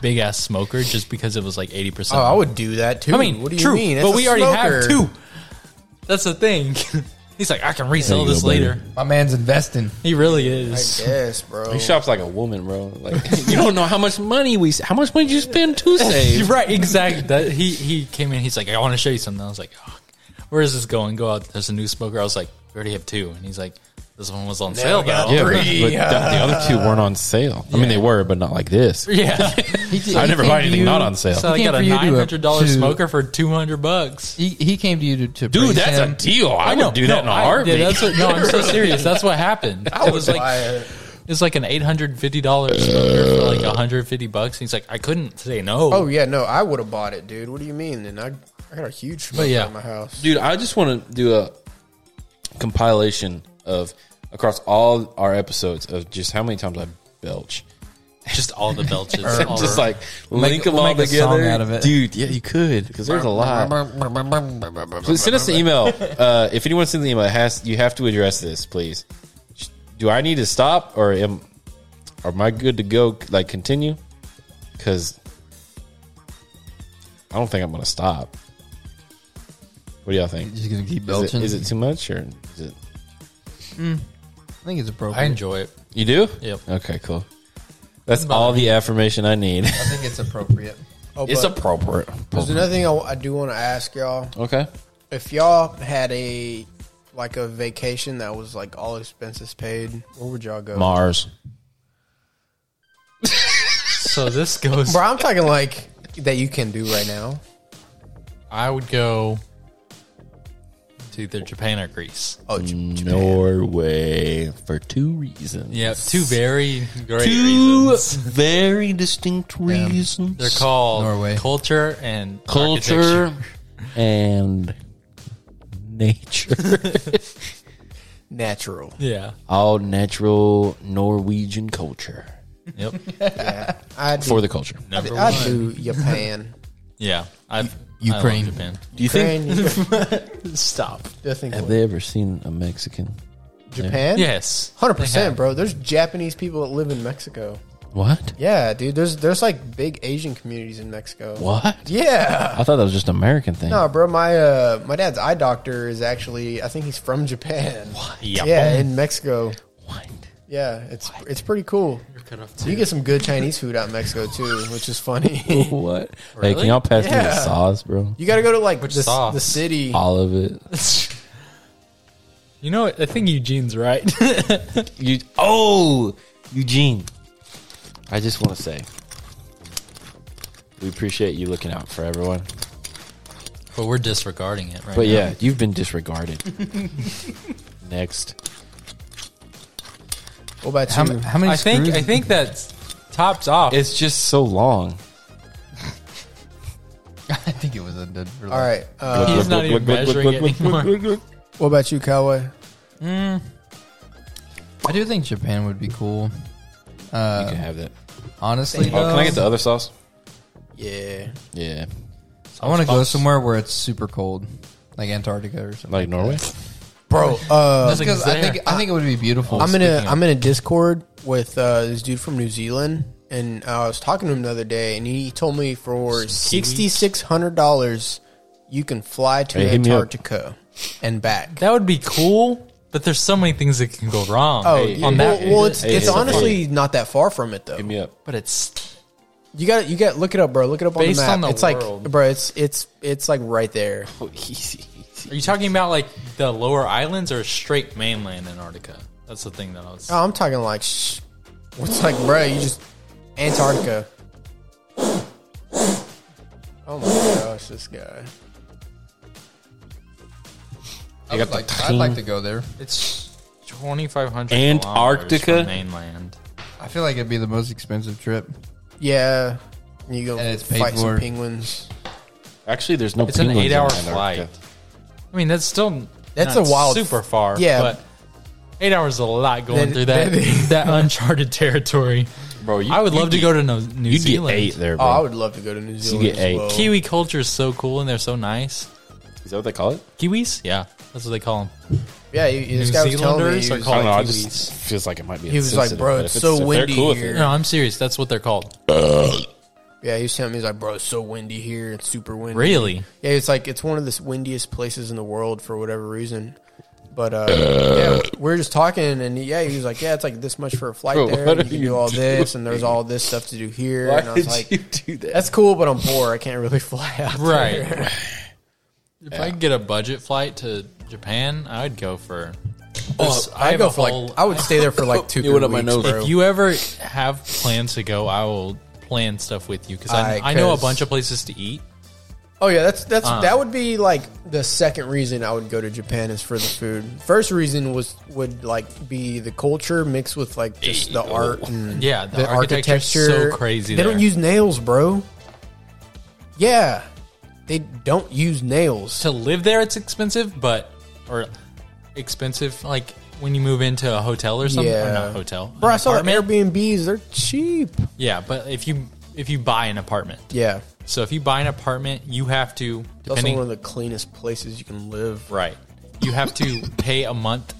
big ass smoker just because it was like eighty percent.
Oh, I would do that too.
I mean,
what do you
true,
mean?
but
It's a
we already have
smoker.
two. That's the thing. He's like, I can resell
There you
this
go, buddy.
later.
My man's investing.
He really is.
Yes, bro.
He shops like a woman, bro. Like you don't know how much money we how much money did you spend to
You're
save.
right, exactly. That, he he came in. He's like, I want to show you something. I was like, oh, Where is this going? Go out. There's a new smoker. I was like, We already have two, and he's like, This one was on sale
we got
though.
yeah, but,
Three,
but the, the other two weren't on sale. I mean, they were, but not like this.
Yeah.
I never buy anything not on sale.
so I
Looking
got a
for you to-
nine hundred dollar
to-
smoker for two hundred bucks.
He, he came to you to, to
Dude,
praise
that's
him.
a deal. I, would do that in a
I-
heartbeat.
yeah, that's what, no, I'm so serious. That's what happened. It was like
Buy it.
it's like an eight hundred fifty dollars smoker for like hundred fifty bucks. He's like, I couldn't say no.
Oh yeah, no, I would have bought it, dude. What do you mean? And I, I got a huge smoker
yeah.
in my house.
Dude, I just want to do a compilation of across all our episodes of just how many times I belch.
just all the belches. all
just
the-
like link them all
make a
together,
song out of it.
dude. Yeah, you could because there's a lot. Please send us an email. Uh, if anyone sends an email, it has you have to address this, please. Do I need to stop or am or am I good to go? Like continue because I don't think I'm gonna stop. What do y'all think?
Just gonna keep
Is
belching.
it, is it too much or is it?
I think it's appropriate.
I enjoy it.
You do?
Yep.
Okay, cool. That's all the affirmation I need.
I think it's appropriate.
Oh,
it's
but
appropriate.
there's another thing I, I do want to ask y'all.
Okay.
If y'all had a like a vacation that was like all expenses paid, where would y'all go?
Mars.
So this goes.
Bro, I'm talking like that you can do right now.
I would go to either Japan or Greece.
Oh,
Mm,
J-
Norway for two reasons.
Yeah, two very great
Two
reasons.
very distinct reasons.
They're called
Norway.
culture and
culture
architecture.
and nature.
natural.
Yeah.
all natural Norwegian culture.
Yep.
I do,
For the culture.
Number one.
I do Japan.
Yeah. I've
Ukraine.
I love Japan.
Do you
Japan.
Stop.
have
Definitely
they ever seen a Mexican?
Japan.
Yes.
Hundred
They have.
percent, bro. There's Japanese people that live in Mexico.
What?
Yeah, dude. There's there's like big Asian communities in Mexico.
What?
Yeah.
I thought that was just an American thing.
No, bro. My uh, my dad's eye doctor is actually I think he's from Japan. What? Yeah, in Mexico.
What?
Yeah, it's it's pretty cool. You get some good Chinese food out in Mexico too, which is funny.
What? Hey, can y'all pass me the
Yeah.
sauce, bro?
You got to go to like the,
sauce?
the city.
All of it.
You know what? I think Eugene's right.
You oh Eugene. I just want to say we appreciate you looking out for everyone.
but we're disregarding it right
But
now.
yeah, you've been disregarded. Next.
What about
How,
you?
m- how many?
I think
screws-
I think that's tops off.
It's just so long.
I think it was a. Dead,
All right. Uh,
He's not even measuring it anymore.
what about you, Cowboy?
I do think Japan would be cool.
You can have that.
Honestly,
Oh, can
though,
I get the other sauce?
Yeah.
Yeah.
I want to go somewhere where it's super cold, like Antarctica or something.
Like Norway?
Bro, uh,
Nothing
Because
is
I
there.
think I think it would be beautiful.
I'm in
gonna.
a I'm in a Discord with uh, this dude from New Zealand, and I was talking to him the other day, and he told me for sixty six hundred dollars, you can fly to
Hey, hit me up.
Antarctica and back.
that would be cool, but there's so many things that can go wrong.
oh,
on
yeah.
that.
well, well, it's
Hey,
it's
hit me up.
honestly not that far from it though.
Hit me up.
but it's
You got you got look it up, bro. Look it up on
Based
the map.
on the
it's
world.
like, bro, it's it's it's like right there.
easy, easy.
are you talking about like the lower islands or straight mainland Antarctica? That's the thing that I was.
Oh, I'm talking like, shh. What's like, bro? You just Antarctica. Oh my gosh, this guy.
I
They
would
got the
like, I'd
tiny-
like to go there.
It's 2,500
Antarctica?
kilometers from mainland.
I feel like it'd be the most expensive trip.
Yeah, you go
And it's paid
fight
for.
some penguins.
Actually, there's no.
It's an
penguins in
eight-hour
Antarctica.
flight. I mean, that's still
That's
not
a wild-
super far.
Yeah.
but eight hours is a lot going
That-
through that
that-
that uncharted territory.
bro. You,
I would love to
you'd
go
get-
to no, New
You'd get
Zealand.
eight there,
Oh,
bro.
I would love to go to New Zealand.
get
as
eight.
well.
Kiwi culture is so cool, and they're so nice.
Is that what they call it?
Kiwis, yeah, that's what they call them.
Yeah, you, this
New
guy was telling me
Zealanders
he
are
was
I
called
don't know.
like,
I
Kiwis.
just feels like it might be.
He was like,
insensitive,
bro,
but
it's
if
so
if they're
windy
if
here.
it-
No, I'm serious. That's what they're called.
Yeah, he was telling me he's like, bro, it's so windy here. It's super windy.
Really?
Yeah, it's like it's one of the s- windiest places in the world for whatever reason. But uh, yeah, we we're just talking, and yeah, he was like, "Yeah, it's like this much for a flight
Bro,
there.
what
And
are
you can
you
do all this, and there's all this stuff to do here."
Why
and I was
did
like,
you do that?
"That's cool, but I'm poor. I can't really fly out."
Right. if I could get a budget flight to Japan, I would go for. This- I
Oh, I
have
go
a
for
whole-
like I would stay there for like two.
You went
three
up my
weeks,
nose.
bro.
If you ever have plans to go, I will plan stuff with you because I,
I-
I know a
'cause-
bunch of places to eat.
Oh yeah, that's that's
Uh.
that would be like the second reason I would go to Japan is for the food. First reason was would like be the culture mixed with like just the art and
Yeah, the architecture's so crazy
They don't
there.
use nails, bro. Yeah, they don't use nails.
To live there, it's expensive, but or expensive like when you move into a hotel or something. Or
Yeah.
not hotel.
Bro,
an
I saw the
apartment.
Airbnbs; they're cheap.
Yeah, but if you if you buy an apartment,
Yeah,
so if you buy an apartment, you have to
it's also
depending
one of the cleanest places you can live.
Right. You have to pay a month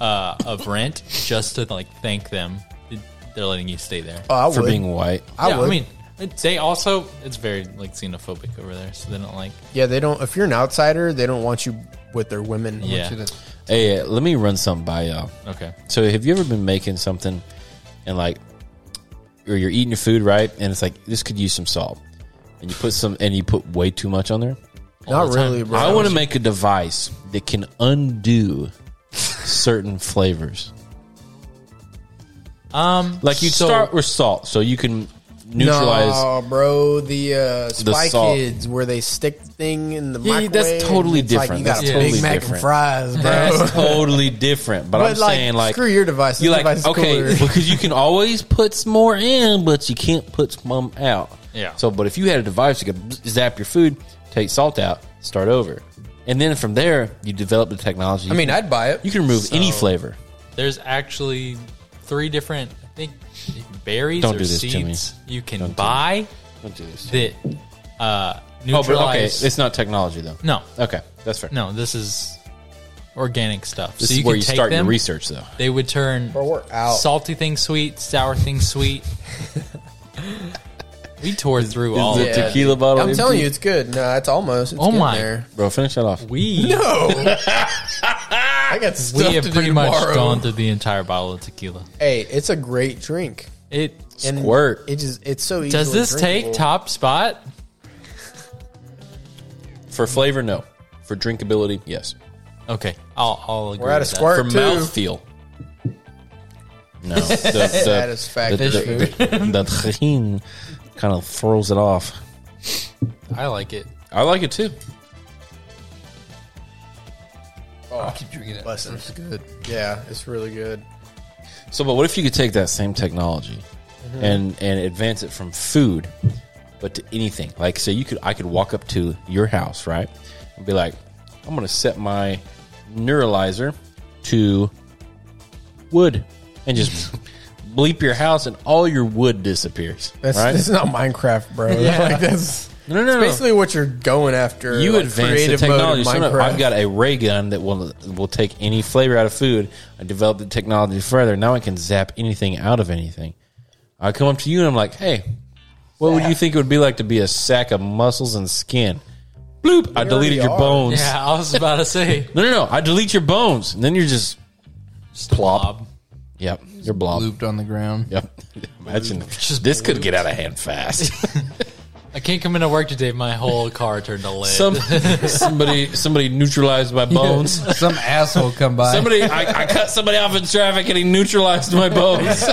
uh, of rent just to like thank them. They're letting you stay there.
Oh, I would.
for being white.
I
yeah,
would.
I mean, it- they also it's very like xenophobic over there, so they don't like.
yeah, they don't. If you're an outsider, they don't want you with their women.
Yeah.
Should it-
Hey, uh, let me run something by y'all.
Okay.
So, have you ever been making something and like, or you're eating your food right, and it's like this could use some salt, and you put some, and you put way too much on there.
all
Not
the time.
really, bro.
I want to make a device that can undo certain flavors.
Um,
Like you
so
start with salt, so you can neutralize.
No, bro, the uh, Spy
salt.
Kids where they stick the thing in the
Yeah,
microwave.
that's totally
it's like
different.
you got
That's
a
totally
Big Mac
different.
and fries, bro.
That's totally different. But,
but
I'm
like,
saying like
screw your device.
you
This
like
device is
okay
cooler.
because you can always put some more in, but you can't put some out.
Yeah.
So, but if you had a device you could zap your food, take salt out, start over, and then from there you develop the technology.
I mean, I'd buy it.
you can remove any flavor.
There's actually three different. I think berries
Don't
or
do this, Jimmy.
seeds you can buy
Don't do this.
that uh,
Oh, but okay,
neutralize.
it's not technology though.
no,
Okay, that's fair.
no, this is organic stuff.
This
so
is
you
where
can
you
take
start
them,
your research though.
They would turn
Bro, we're out.
salty things sweet, sour things sweet. we tore through all
the
of that.
tequila bottle.
I'm telling you, it's good. No, it's almost. It's
Oh
getting
my.
There.
bro. Finish that off.
We
No, I got
we
stuff
have
to do
pretty much
tomorrow.
gone through the entire bottle of tequila.
Hey, it's a great drink.
It
And
Squirt.
It just it's so easy.
does this take top spot?
For flavor, no. For drinkability, yes.
Okay, I'll I'll agree.
We're out of
with that.
squirt
For
too.
mouthfeel, no. The, the, the,
Satisfaction.
the, the tajin kind of throws it off.
I like it.
I like it too.
Oh.
I'll keep drinking it.
Bless him. Yeah, it's really good.
So, but what if you could take that same technology and and advance it from food, but to anything? Like, say you could, I could walk up to your house, right, and be like, I'm going to set my neuralizer to wood, and just bleep your house, and all your wood disappears.
That's
right?
this is not Minecraft, bro. like that's
no, no, no.
basically what you're going after.
you
like,
advance the
creative mode in
technology. So no,
Minecraft.
I've got a ray gun that will will take any flavor out of food. I developed the technology further. Now I can zap anything out of anything. I come up to you and I'm like, hey, what would you think it would be like to be a sack of muscles and skin? Bloop! I deleted
already
your
are.
bones.
Yeah, I was about to say
No, no, no. I delete your bones, and then you're just plop.
Bob.
Yep, you're blob.
Looped on the ground.
Yep. Imagine this could get out of hand fast.
I can't come into work today. My whole car turned to lid.
Some somebody somebody neutralized my bones.
Some asshole come by.
Somebody, I, I cut somebody off in traffic and he neutralized my bones.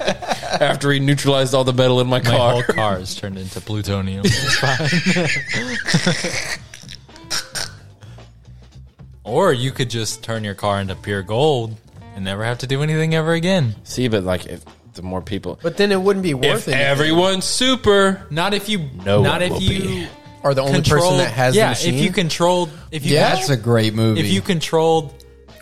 After he neutralized all the metal in my
my
car.
whole car is turned into plutonium. Or you could just turn your car into pure gold and never have to do anything ever again.
See, but like if the more people,
But then it wouldn't be
if
worth it.
everyone's super,
Not if you.
No
not
one
if
will
you.
be.
Are the only person
controlled-
that has
yeah,
the machine?
if you controlled, if you,
That's a great movie.
if you controlled,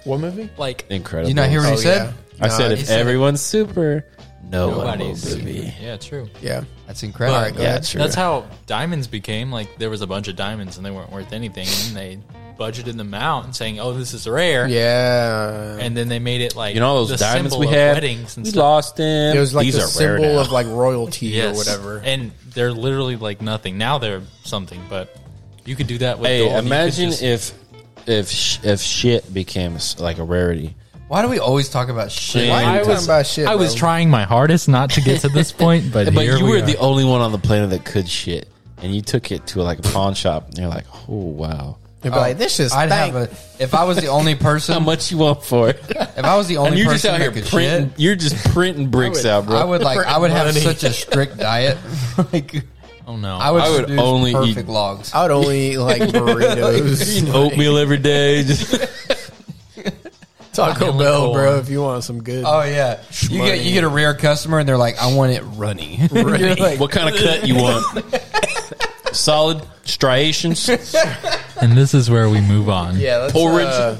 what movie?
like
incredible.
you not hear what he
Oh,
said?
I said
Nah,
he
if
said-
everyone's super, no
nobody's.
one will be.
Yeah, true.
Yeah.
That's incredible.
All right,
yeah.
Yeah, true.
That's how diamonds became. Like there was a bunch of diamonds and they weren't worth anything, and they budgeted them out and saying, "Oh, this is rare."
Yeah.
And then they made it like
You know all those
the
diamonds
symbol
we
of
had.
weddings and
we
stuff.
lost them.
it was like
These
the
are rare
symbol
now.
of like royalty
Yes.
or whatever.
and they're literally like nothing. Now they're something, but you could do that with.
Hey,
gold. You could
imagine
just-
if if sh- if shit became s- like a rarity.
Why do we always talk about shit? Why?
Why-
Why are
I
you talking
was-
about shit?
I was
bro?
trying my hardest not to get to this point, but,
But
here
you
we
were
are.
the only one on the planet that could shit, and you took it to like a pawn shop, and you're like, oh wow,
They'd be like, this is
I'd
stank.
have a. If I was the only person,
how much you want for it?
if I was the
and
only
you're
person
just out
that
here
could
printing.
shit,
You're just printing bricks out, bro.
I would like. I would have
Money.
such a strict diet. like
oh no,
I would,
I would
produce
only eat-
perfect logs.
I would only eat like burritos,
oatmeal every day. Just
Taco Bell, bro. If you want some good,
Oh yeah, you get you get a rare customer and they're like, I want it runny. You're like,
what kind of cut you want? Solid striations.
and this is where we move on.
yeah, that's,
porridge.
uh,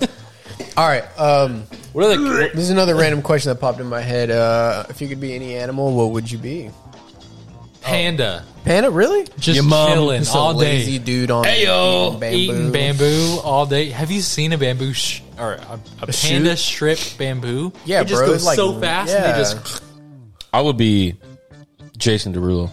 all right. Um,
What are the?
this is another random question that popped in my head. Uh, if you could be any animal, what would you be?
Panda,
Panda, really?
just
Your mom
chilling
Just
all
a
day.
lazy dude on
Ayo,
bamboo.
eating bamboo all day. Have you seen a bamboo sh- or a, a panda
shoot?
strip bamboo?
Yeah,
it just
bro,
goes
it's like-
so fast.
yeah.
They just
I would be Jason Derulo.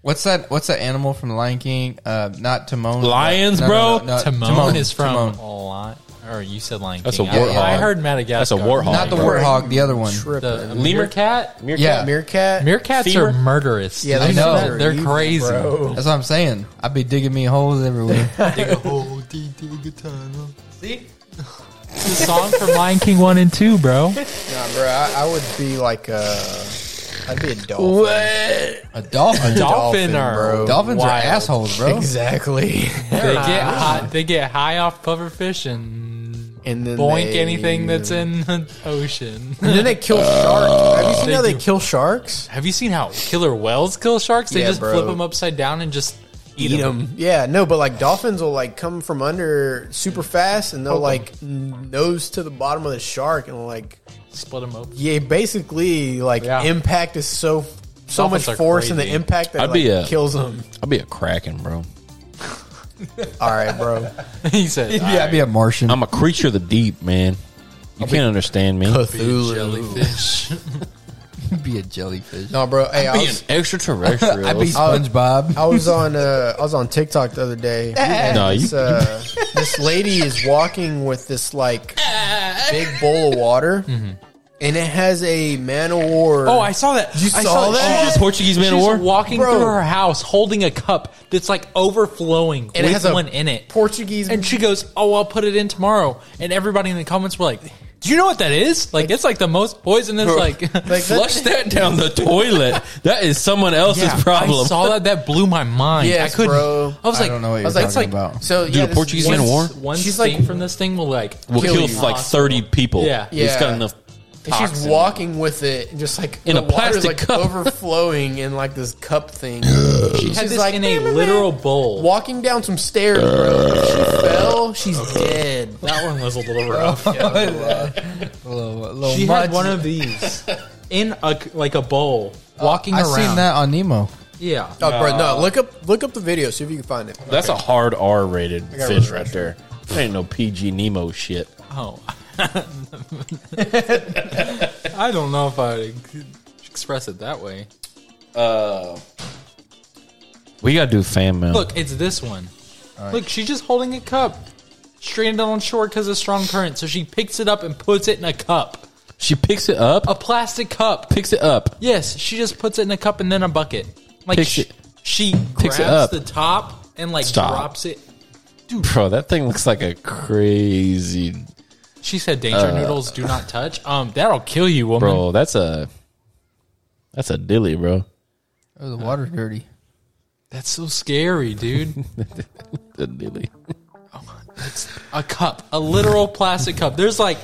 what's that? What's that animal from The Lion King? Uh, not Timon.
Lions,
No,
bro?
no, no, no,
Timon, is from
Timon.
a lot. Or you said Lion
That's
King.
a
I-
warthog.
I, heard Madagascar.
That's a warthog.
Not the
Bro.
warthog, the other one.
The
Tripping.
lemur cat.
Yeah,
Meerkat.
Meerkats
Femur?
are murderous.
yeah,
Did you
those
know
things
that?
are
They're
evil,
crazy.
bro.
that's what I'm saying. I'd be digging me holes everywhere.
See, it's a song from Lion King one and two, bro.
Nah, bro, I, I would be like a. I'd be a dolphin.
a dolphin.
Dolphin are
bro.
Dolphins
wild.
are assholes, bro.
Exactly.
They get hot. They get high off pufferfish and.
And then
Boink
they-
anything that's in the ocean.
And then they kill sharks. Have you seen
They
how they
do.
kill sharks?
Have you seen how killer whales kill sharks? They
Yeah,
just
bro.
flip them upside down and just eat, them.
Yeah, no, but like dolphins will like come from under super fast and they'll
Oh,
like n- nose to the bottom of the shark and like
Split them open.
yeah, basically like
Yeah.
impact is so so
Dolphins
much
are
force and the
crazy.
impact that
I'd
like,
be a-
kills them.
I'll be a kraken, bro.
All right, bro.
he said,
Yeah, I'd be a Martian.
I'm a creature of the deep, man. You can't understand me.
Cthulhu.
jellyfish.
I'd be a jellyfish.
No, bro. Hey, I
Be an
was,
extraterrestrial.
I'd be
I'll-
SpongeBob.
I was on uh, I was on TikTok the other day. and
No,
this,
you-
uh, this lady is walking with this like big bowl of water, and it has a man o' war.
Mm-hmm. oh, I saw that. You I
saw that?
She's a Portuguese man of
She's
war?
walking
Bro.
through her house holding a cup that's like overflowing
and
with
it has a
one in it.
Portuguese.
And she goes, "Oh, I'll put it in tomorrow." And everybody in the comments were like, "Do you know what that is? Like, it's like the most poisonous. Like,
like that-
Flush that down the toilet. That is someone else's
Yeah,
problem.
I saw that. That blew my mind.
Yes,
I couldn't.
bro.
I was
I
like,
don't know what
I
you're
was like,
talking
it's like
about.
so
Oh. Dude,
yeah,
the
this-
Portuguese
one-
man of war?
one
She's
sting
like-
from this thing will like
We'll
Kill
kill,
you.
like thirty people.
Yeah.
it's got
Yeah.
enough.
and she's
toxin.
walking with it, and just like
In a
the water's,
plastic
like
cup.
overflowing in like this cup thing.
She had
She's
this
like,
in a
"Meh, meh, meh."
literal bowl.
Walking down some stairs, bro. If she fell, she's dead.
That one was a little rough.
Little- little
She
mutt.
had one of these in a like a bowl, walking
I
around.
seen that on Nemo.
Yeah,
Oh, bro, no! Look up, look up the video. See if you can find it.
That's a hard R-rated fish right there. That ain't no PG Nemo shit.
Oh. I don't know if I could express it that way.
We gotta do fan mail.
Look, it's this one. Look, she's just holding a cup. Stranded on shore because of strong current, so she picks it up and puts it in a cup.
she picks it up.
A plastic cup.
Picks it up.
Yes, she just puts it in a cup and then a bucket. Like
Picks
sh-
it-
she
picks
grabs
it up.
the top and like
Stop.
drops it.
Bro, that thing looks like a crazy.
She said, "Danger noodles, do not touch. Um, that'll kill you, woman."
Uh. Bro, that's a. That's a dilly, bro.
Oh, the water's dirty.
That's so scary, dude.
A dilly.
a cup, a literal plastic cup. There's like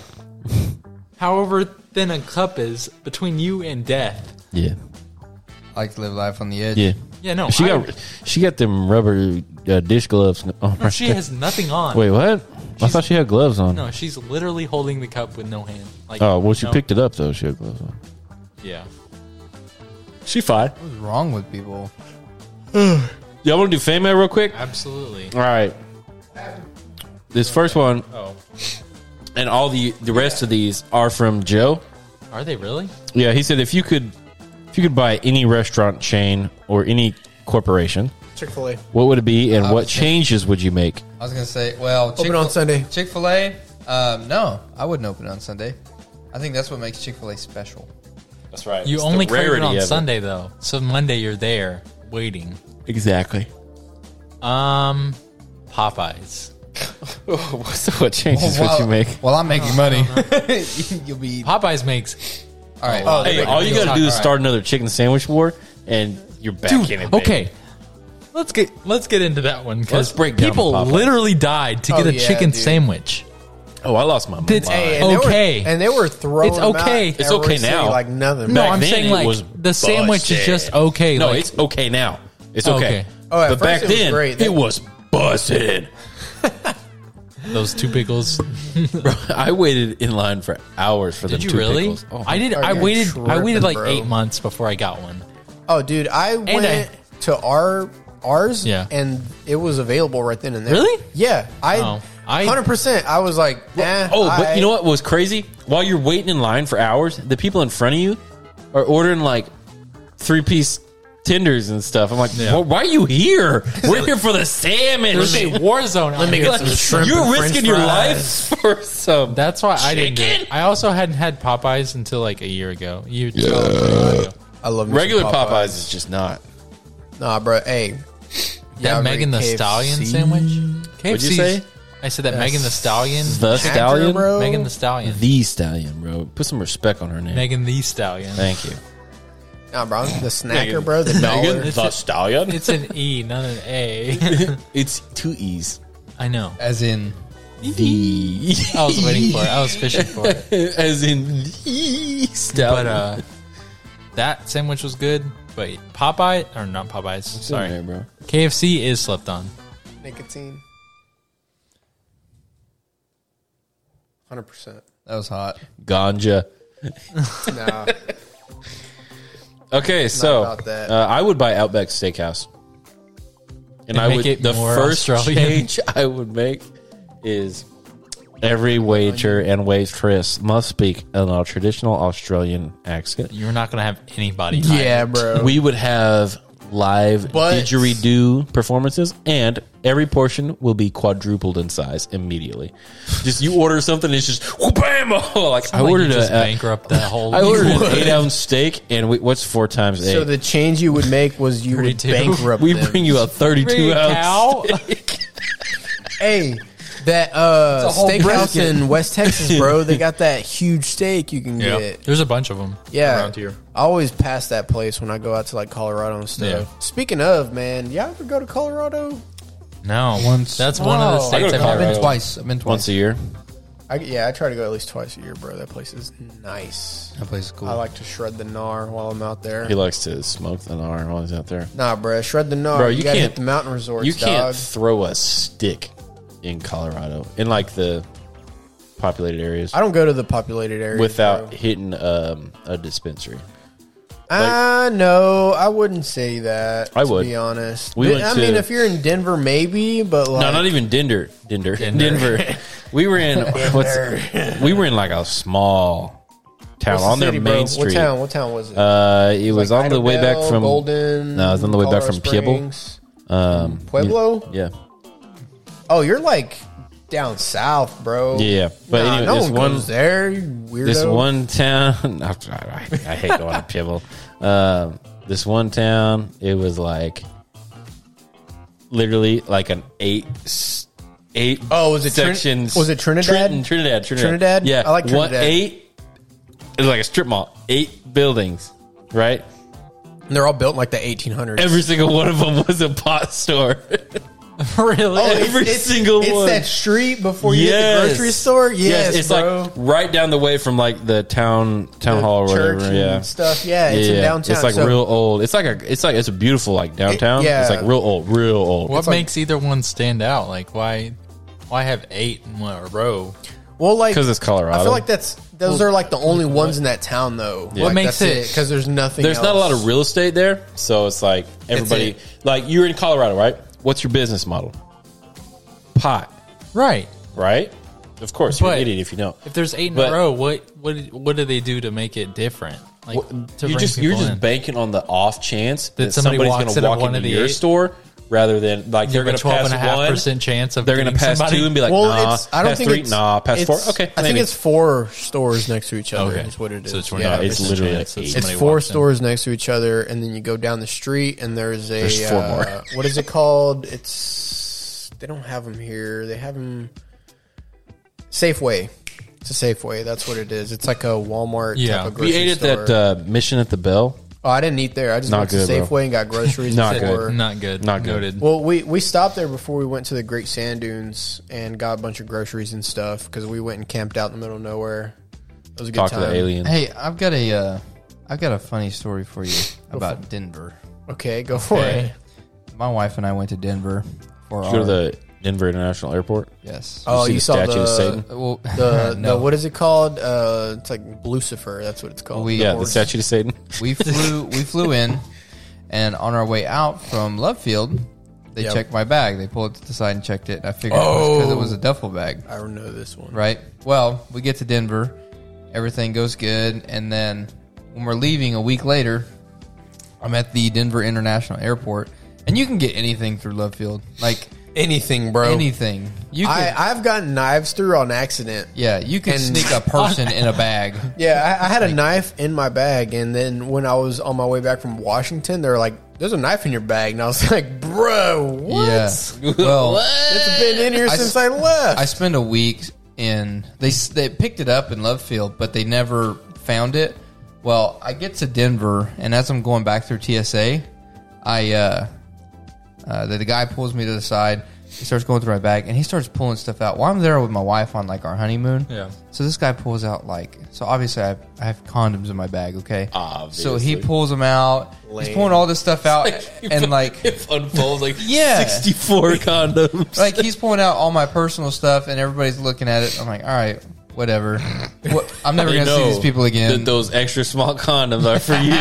however thin a cup is between you and death.
Yeah,
I like to live life on the edge.
yeah.
Yeah, no.
She
I-
got she got them rubber uh, dish gloves. on
no,
her.
she has nothing on.
Wait, what? I thought she had gloves on.
No, she's literally holding the cup with no hand. Like
Oh well, she
no-
picked it up though. She had gloves on.
Yeah.
She fine.
What's wrong with people?
Y'all want to do fan mail real quick?
Absolutely.
All right. This first one
Oh.
and all the the rest of these are from Joe.
Are they really?
Yeah, he said if you could if you could buy any restaurant chain or any corporation,
Chick Fil A.
what would it be and what
Obviously.
changes would you make?
I was gonna say, well,
Open on Sunday.
Chick Fil A. Um, no, I wouldn't open it on Sunday. I think that's what makes Chick Fil A special.
That's right.
You only crave it on Sunday though. So Monday you're there waiting.
Exactly.
Um Popeyes.
so what changes
well,
would you make?
Oh, Well, I'm making money. You'll be
Popeyes makes
all right.
Oh,
Hey,
Hey,
all you
it's
got to
not-
do is
all right.
start another chicken sandwich war and you're back in it. babe.
Okay. Let's get let's get into that one
Let's
because
break down
people
Popeyes.
literally died to
Oh,
get a
yeah,
chicken
dude.
sandwich.
Oh, I lost my mind.
It's okay.
Hey, and They were, and they were throwing.
It's
them out
okay. It's
every
okay
city
now.
Like nothing.
no,
Back
I'm
then
saying
it
like
was
the sandwich is
busted.
just okay.
No,
like,
it's okay now. It's okay.
Okay.
Oh, at
but
first
back
it was
then,
great.
it was busted.
those two pickles.
I waited in line for hours for the
Did you
two
really?
pickles. Oh,
I did.
Are
I
you
waited. I
tripping,
waited like
bro?
eight months before I got one.
Oh, dude, I went
I-
to our ours,
Yeah.
and it was available right then and there.
Really?
Yeah, I,
Oh, I-
hundred percent. I was like, eh,
Oh, but
I-
you know what was crazy? While you're waiting in line for hours, the people in front of you are ordering like three piece tenders and stuff. I'm like, "Well, why are you here? We're here for the salmon.
There's a war zone. Let me
Like, you're risking your life for some.
That's why I didn't. Do
Chicken?
it. I also hadn't had Popeyes until like a year ago. You
I love me some
regular Popeyes. is just not.
Nah, bro. Hey,
that
I'm
Megan the
ready.
Stallion
KFC.
sandwich. KFC.
What'd you say?
I said that Megan the Stallion.
The
Actor,
stallion,
bro.
Megan the Stallion.
The stallion, bro. Put some respect on her name.
Megan the Stallion.
Thank you.
nah, bro. The snacker, bro. The dollar.
the stallion.
It's an E, not an A.
It's two e's.
I know.
As in,
The
I was waiting for it. I was fishing for it.
as in the stallion.
But uh, that sandwich was good. But Popeye or not Popeyes? Sorry,
Sorry, bro.
KFC is slept on.
Nicotine. Hundred percent.
that was hot.
Ganja.
Nah,
Okay, so
about that.
uh, I would buy Outback Steakhouse, and, I
make
would
it
the
more
first
Australian.
change I would make is every waiter and waitress must speak in a traditional Australian accent.
You're not gonna have anybody.
yeah, bro.
We would have live
But-
didgeridoo performances, and every portion will be quadrupled in size immediately. just you order something, it's just bam! Like I
I
ordered
ordered just
a. a
bankrupt that whole.
I ordered an eight ounce steak, and we, what's four times eight?
so the change you would make was you would
32.
bankrupt.
we
them.
bring you a 32 ounce.
cow.
Hey, that uh,
whole
steakhouse
brisket.
in West Texas, bro. They got that huge steak you can get.
There's a bunch of them.
Yeah,
around here.
I always pass that place when I go out to like Colorado and stuff.
Yeah.
Speaking of, man, y'all ever go to Colorado?
No,
Once-
That's one of the
Wow.
states
I go
I've
to
I've
ever.
Colorado.
been twice. I've been twice.
Once a year.
I, yeah, I try to go at least twice a year, bro. That place is nice.
That place is cool.
I like to shred the gnar while I'm out there.
He likes to smoke the gnar while he's out there.
Nah, bro, shred the gnar.
Bro,
you,
you
gotta
can't-
hit the mountain resorts.
you can't
Dog.
throw a stick in Colorado, in like the populated areas,
I don't go to the populated area
without hitting um, a dispensary.
I know. Uh, I wouldn't say that.
I
to
would.
be honest.
We
But,
went
I
to-
mean, if you're in Denver, maybe, but like,
No, not even Dinder. Dinder.
Denver.
Denver. we were in what's, we were in like a small town
What's the
on their
city,
main
bro?
street.
What town? What town was it?
Uh, it was on the way back
Idabel,
from
Golden.
No, it was on the way back
Colorado
from Pueblo.
Springs.
Um,
Pueblo?
Yeah,
Oh, you're like down south, bro.
yeah. yeah. But
Nah,
anyway,
no
this
one,
one
goes there. You weirdo.
this one town I, I, I hate going to Pibble. Um, this one town it was like literally like an eight s- eight
Oh, was it Trin-
sections
was it Trinidad?
Trin- Trinidad Trinidad
Trinidad?
yeah
I like
One-
Trinidad.
eight it was like a strip mall eight buildings right
And they're all built in like the 1800s.
every single one of them was a pot store
really?
Every single
Oh, it's
one.
that street before you hit the
Yes.
grocery store. Yes,
it's
bro.
like right down the way from like the town town hall or
church
whatever.
and
Yeah,
stuff. Yeah, it's
yeah,
in downtown.
It's like
so-
real old. It's like a. It's like it's a beautiful like downtown.
yeah.
it's like real old, real old.
what makes either one stand out? Like why? Why have eight in a row?
Well, like
'Cause it's Colorado.
I feel like that's those are like the only ones in that town though.
What
Like,
makes
that's
it-
Because there's nothing.
There's not a lot
else.
of real estate there, so it's like everybody.
it.
Like you're in Colorado, right? What's your business model? Pot,
Right.
right? Of course, you're an
But-
idiot if you know.
If there's eight in
But-
a row, what what what do they do to make it different? Like to
you're
bring
just you're
people
just
in?
banking on the off chance that,
That somebody
somebody's
walks
going to
into
walk
one
into
of the
your
eight?
store rather than like
You
they're
have
going
a
to pass
twelve and a half
one.
percent chance of
They're going to
getting
pass
somebody.
two and be like,
Well,
nah.
it's. I don't
pass
think
three,
it's
nah. Pass four,
it's-
okay.
I think
maybe.
it's four stores next to each other.
Okay.
Is what it is.
So it's
yeah.
29%
it's literally
chance
like
that
eight.
It's
somebody
four
walks in.
stores next to each other, and then you go down the street, and there's a
There's four more.
uh, what is it called? It's they don't have them here. They have them Safeway. It's a Safeway. That's what it is. It's like a Walmart
Yeah.
type of grocery
we ate at
store.
that uh, mission at the bell.
oh, I didn't eat there. I just
Not
went to
good, bro.
Safeway and got groceries.
Not good.
before-
Not good.
Not good.
Noted.
Well, we we stopped there before we went to the Great Sand Dunes and got a bunch of groceries and stuff because we went and camped out in the middle of nowhere. It was a good
Talk to
time.
the alien.
Hey, I've got a, uh, I've got a funny story for you about Denver.
Okay, go for
Okay.
it.
My wife and I went to Denver for
Go to
our
the Denver International Airport.
yes.
Oh,
see
you
the
saw
statue
the
of Satan?
Uh, well,
the,
no,
the what is it called? Uh, it's like Lucifer. That's what it's called.
We-
Yeah,
Of
the
course.
statue of Satan.
we flew we flew in, and on our way out from Love Field, they
Yep.
checked my bag. They pulled it to the side and checked it. I figured it was because it
Oh.
was a duffel bag.
I don't know this one.
right? Well, we get to Denver, everything goes good, and then when we're leaving a week later, I'm at the Denver International Airport, and you can get anything through Love Field, like
Anything, bro.
anything. You can,
I I've gotten knives through on accident.
yeah, you can
And-
sneak a person in a bag.
Yeah, I, I had a knife in my bag, and then when I was on my way back from Washington, they were like, "There's a knife in your bag," and I was like, "Bro, what?
Yeah, well,
It's been in here
I s-
since I left."
I spent a week in they s- they picked it up in Love Field, but they never found it. Well, I get to Denver, and as I'm going back through TSA, I uh, uh, the, the guy pulls me to the side. He starts going through my bag, and he starts pulling stuff out. While I'm there with my wife on like our honeymoon,
Yeah.
So this guy pulls out like so. Obviously, I, I have condoms in my bag. Okay, so he
Obviously.
pulls them out. He's pulling all this stuff out, and like
if unfolds like
Yeah.
64 condoms.
like he's pulling out all my personal stuff and everybody's looking at it i'm like all right whatever what, i'm never
They
gonna see
know
these people
That
again
those extra small condoms are for you.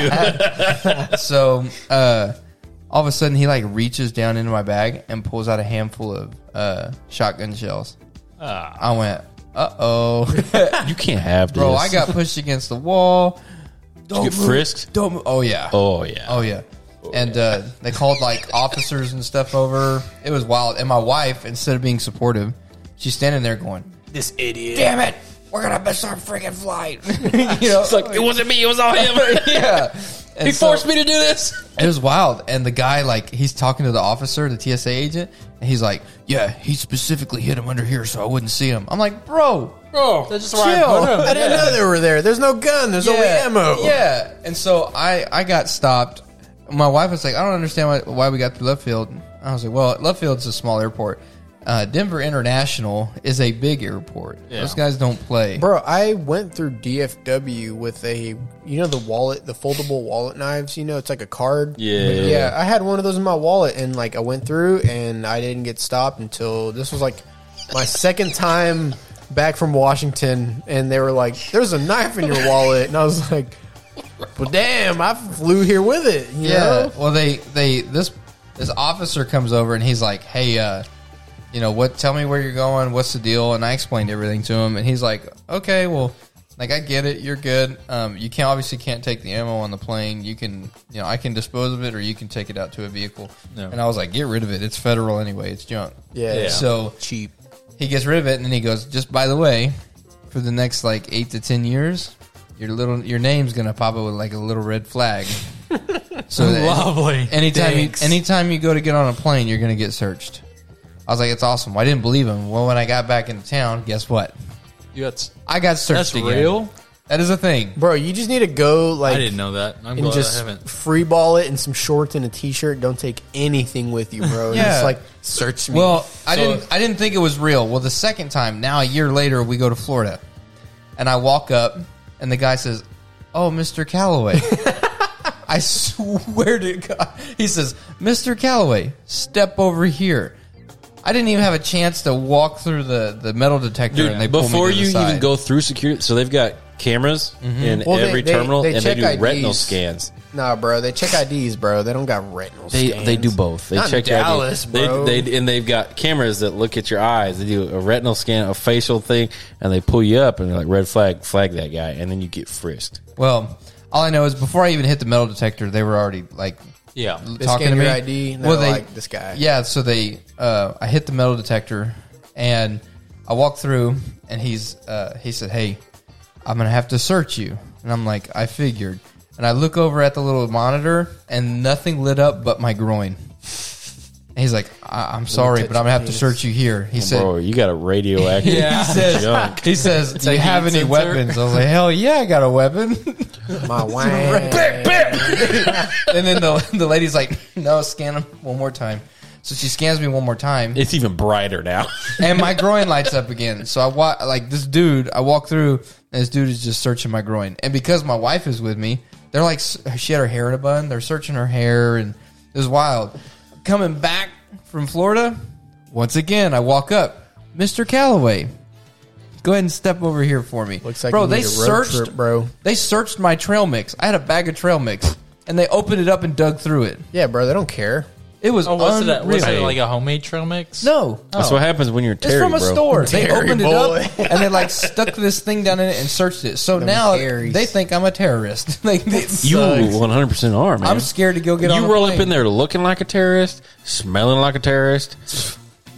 so uh, all of a sudden he like reaches down into my bag and pulls out a handful of uh, shotgun shells
Ah.
i went uh-oh
you can't have this.
bro i got pushed against the wall don't
get
move.
frisked?
don't move. oh yeah
Oh yeah.
Oh yeah. And uh, they called like officers and stuff over. It was wild. And my wife, instead of being supportive, she's standing there going,
This idiot.
"Damn it, we're gonna miss our freaking flight." you know,
It's like it wasn't me. It was all him.
yeah. And
he
so-
forced me to do this.
It was wild. And the guy, like, he's talking to the officer, the TSA agent, and he's like, "Yeah, he specifically hit him under here so I wouldn't see him." I'm like, "Bro,
Oh, that's just where
chill.
I put 'em.
I didn't know they were there. There's no gun. There's only ammo.
Yeah. And so I, I got stopped. My wife was like, I don't understand why, why we got through Love Field. I was like, well, Love Field's a small airport. Uh, Denver International is a big airport. Those guys don't play.
Bro, I went through DFW with a, you know, the wallet, the foldable wallet knives. You know, it's like a card.
Yeah.
yeah. I had one of those in my wallet, and like I went through, and I didn't get stopped until this was like my second time back from Washington, and they were like, "There's a knife in your wallet," and I was like, "Well, damn, I flew here with it." You
yeah.
know?
Well, they, they this this officer comes over and he's like, hey, uh, you know what? Tell me where you're going. What's the deal? And I explained everything to him, and he's like, okay, well. Like I get it, you're good. Um, you can obviously can't take the ammo on the plane. You can, you know, I can dispose of it, or you can take it out to a vehicle.
No.
And I was like, get rid of it. It's federal anyway. It's junk.
Yeah.
Yeah.
So
cheap.
he gets rid of it, and then he goes, just by the way, for the next like eight to ten years, your little your name's gonna pop up with like a little red flag. so that-
Lovely.
Anytime you,
Thanks.
anytime you go to get on a plane, you're going to get searched. I was like, it's awesome. I didn't believe him. Well, when I got back into town, guess what?
You got s-
I got searched
that's
again.
real.
That is a thing.
Bro, you just need to go like
I didn't know that. I'm
and
glad I
just
haven't.
free ball it in some shorts and a t-shirt. Don't take anything with you, bro.
Yeah.
Just like search me.
Well, I didn't. I didn't think it was real. Well, the second time, now a year later, we go to Florida, and I walk up, and the guy says, "Oh, Mr. Calloway." I swear to God, he says, "Mr. Calloway, step over here." I didn't even have a chance to walk through the, the metal detector, and they
Dude,
pull me
before
to the
you
side.
even go through security, so they've got cameras
Mm-hmm.
in
Well, they-
every
they-
terminal,
they
and they
check
do retinal
IDs.
scans.
nah, bro. They check IDs, bro. They don't got retinal.
They
scans.
they do both. They
Not in
check your ID.
Dallas,
They-
bro.
They, and they've got cameras that look at your eyes. They do a retinal scan, a facial thing, and they pull you up and they're like red flag, flag that guy, and then you get frisked.
Well, all I know is before I even hit the metal detector, they were already like
Yeah.
They
talking
scan
to me.
your ID, and they're like, "This guy."
Yeah, so they uh, I hit the metal detector and I walked through and he's uh, he said, "Hey, I'm going to have to search you." And I'm like, "I figured." And I look over at the little monitor and nothing lit up but my groin. And he's like, I- "I'm sorry, but I'm going to have to search you here." He said,
Oh, Bro, you got a radioactive.
Yeah.
he says,
Junk.
he says, do you
a
have
heat
any
sensor.
weapons? I was like, hell yeah, I got a weapon.
My wang.
and then the, the lady's like, no, scan him one more time. So she scans me one more time.
It's even brighter now.
and my groin lights up again. So I walk like this dude. I walk through, and this dude is just searching my groin. And because my wife is with me, they're like s- she had her hair in a bun. They're searching her hair, and it was wild. Coming back from Florida, once again, I walk up, Mister Calloway. Go ahead and step over here for me.
Looks like
bro,
you
they
need a road
searched,
trip, bro.
They searched my trail mix. I had a bag of trail mix, and they opened it up and dug through it.
Yeah, bro. They don't care.
It was
Oh, was it, a, was it
unreal.
like a homemade trail mix?
no,
That's what happens when you're
It's
Terry,
from a
bro.
store. they
Terry
opened
boy.
it up and they like stuck this thing down in it and searched it. So now
Terrys.
they think I'm a terrorist. like they-
You 100 percent are, man.
I'm scared to go get on.
you
a
roll
plane.
up in there looking like a terrorist, smelling like a terrorist,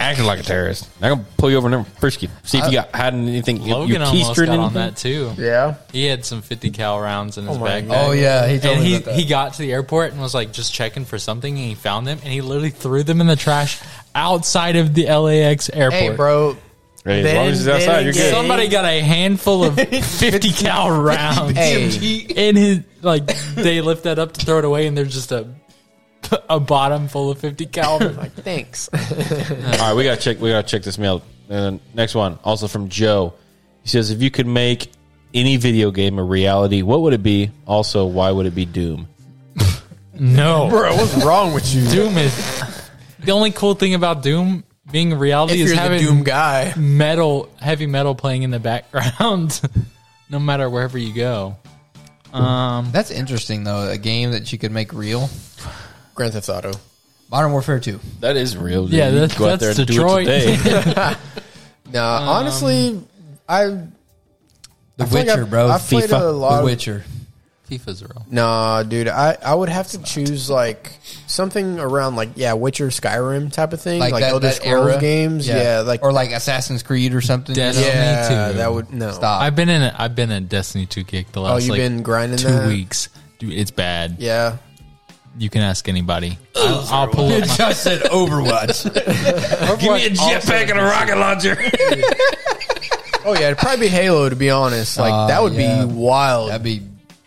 acting like a terrorist. And I'm gonna pull you over and I'm gonna frisk you. See if you got hiding anything. you-
Logan
you
almost
keystring
got on
anything.
that too.
Yeah.
He had some 50 cal rounds in his
my
bag.
God.
Oh yeah, he told
And
me
he,
about that.
he got to the airport and was like just checking for something and he found them and he literally threw them in the trash outside of the LAX airport.
Hey, bro.
Hey, as long as he's
Then-
outside,
then
you're
again-
good.
Somebody got a handful of 50 cal rounds
Hey.
in his like they lift that up to throw it away and there's just a a bottom full of 50 cal.
Like, thanks.
All right, we gotta check. We gotta check this mail. And next one, also from Joe. He says, "If you could make any video game a reality, what would it be? Also, why would it be Doom?
no.
bro, what's wrong with you?
Doom is the only cool thing about Doom being a reality
If
is
you're the
having
Doom guy.
metal, heavy metal playing in the background, no matter wherever you go.
That's interesting though. A game that you could make real.
Grand Theft Auto.
Modern Warfare Two.
That is real. Dude.
Yeah,
You
that's-
go out there
that's
and
Detroit.
do it today.
Nah,
Um,
honestly, I
The
feel like
Witcher,
I've-
bro.
I've played
FIFA.
a lot
The
of-
Witcher.
FIFA's real.
Nah, dude, I, I would have to choose like something around like yeah, Witcher, Skyrim type of thing, like,
that,
Elder
that
Scrolls
era.
games, yeah, like
or like Assassin's Creed or something. you
Death-
know?
yeah,
Me too.
that would no.
Stop.
I've been in. A, I've been in Destiny two kick the last.
Oh, you've
like,
been grinding
two
that?
weeks. Dude, it's bad.
Yeah,
You can ask anybody. I'll, I'll pull up. My,
just said oh, Overwatch.
Give me a jetpack and a rocket launcher.
oh yeah, it'd probably be Halo to be honest. Like
Uh,
that would
yeah.
be wild.
That'd be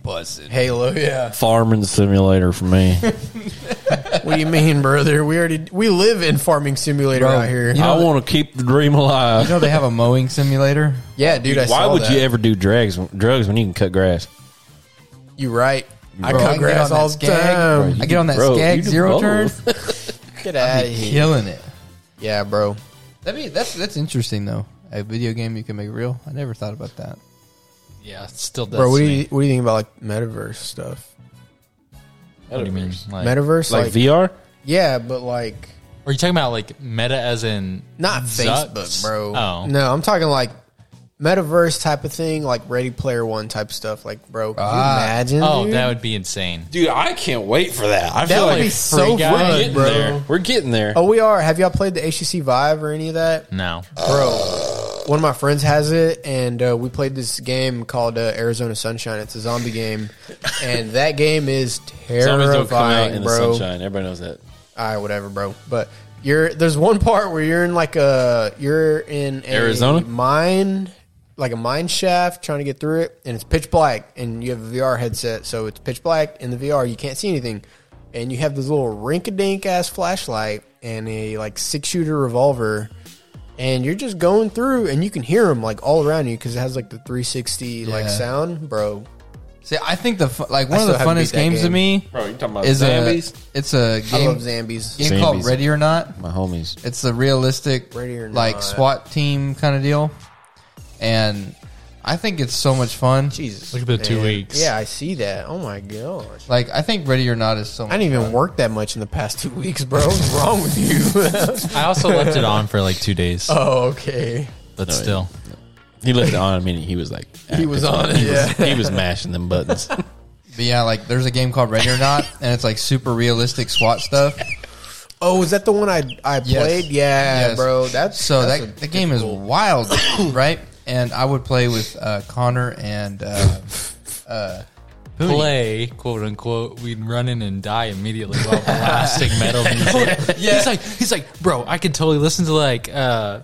buzzing.
Halo, yeah.
Farming simulator for me.
what do you mean, brother? We already we live in Farming Simulator
Bro,
out here.
you know-
I want to keep the dream alive.
You know they have a mowing simulator.
yeah, dude.
Why
I saw
would
that.
you ever do drugs drugs when you can cut grass?
You right? I
Bro,
cut
can get
grass
on
all
that
the
skag.
time.
I get on that
Bro, you
skag
do
zero
both.
turn.
Get out of here.
Killing it.
Yeah, bro.
That be, that's that's interesting though. A video game you can make real. I never thought about that.
yeah, it's still Destiny.
Bro, what do you what do you think about like metaverse stuff?
What do you mean? Like,
Metaverse,
Like, VR?
yeah, but like.
are you talking about like meta as in
Not
Zucks?
Facebook, bro.
Oh,
No, I'm talking like metaverse type of thing, like Ready Player One type stuff. Like, bro, can
Ah.
you imagine?
oh,
dude?
that would be insane.
Dude, I can't wait for that. I
that
feel
would
like
be so
freak out. We're
fun,
getting
bro.
there. We're getting there.
Oh, we are. Have y'all played the HTC Vive or any of that,
Mm.
No,
bro? One of my friends has it, and uh, we played this game called uh, Arizona Sunshine. It's a zombie game, and that game is
Zombies don't come out
terrifying,
in
bro.
the sunshine. Everybody knows that.
All right, whatever, bro. But you're there's one part where you're in like a you're in a
Arizona?
mine, like a mine shaft trying to get through it, and it's pitch black, and you have a VR headset, so it's pitch black in the VR. You can't see anything, and you have this little rink-a-dink ass flashlight and a like six shooter revolver, and you're just going through, and you can hear them like all around you because it has like the 360 like
Yeah.
sound, bro.
See, I think the fu- like one of
still
the
haven't beat
funnest
that
games to
game.
me
Bro, you talking about
is a
zombies?
it's a
I love
game
Zambies.
game called
Zambies.
Ready or Not.
My homies.
It's a realistic
Ready or
like
Not.
SWAT team kind of deal, and I think it's so much fun.
Jesus,
Look at the two
man.
weeks.
Yeah, I see that. Oh my gosh.
Like I think Ready or Not is so.
I
Much
didn't even work that much in the past two weeks, bro. What's wrong with you?
I also left it on for like two days,
oh, okay.
but
no,
still.
He left it on. I mean, he was like,
He was on it. Yeah.
he was mashing them buttons.
But yeah, like there's a game called Ready or Not, and it's like super realistic SWAT stuff.
Oh, is that the one I I
Yes.
played? Yeah,
Yes.
bro. That's
so
that's
that
a
the game is wild, right? And I would play with uh, Connor and uh, Poonie.
Play, quote unquote, we'd run in and die immediately while blasting metal music. He's like, he's like, bro, I could totally listen to like uh,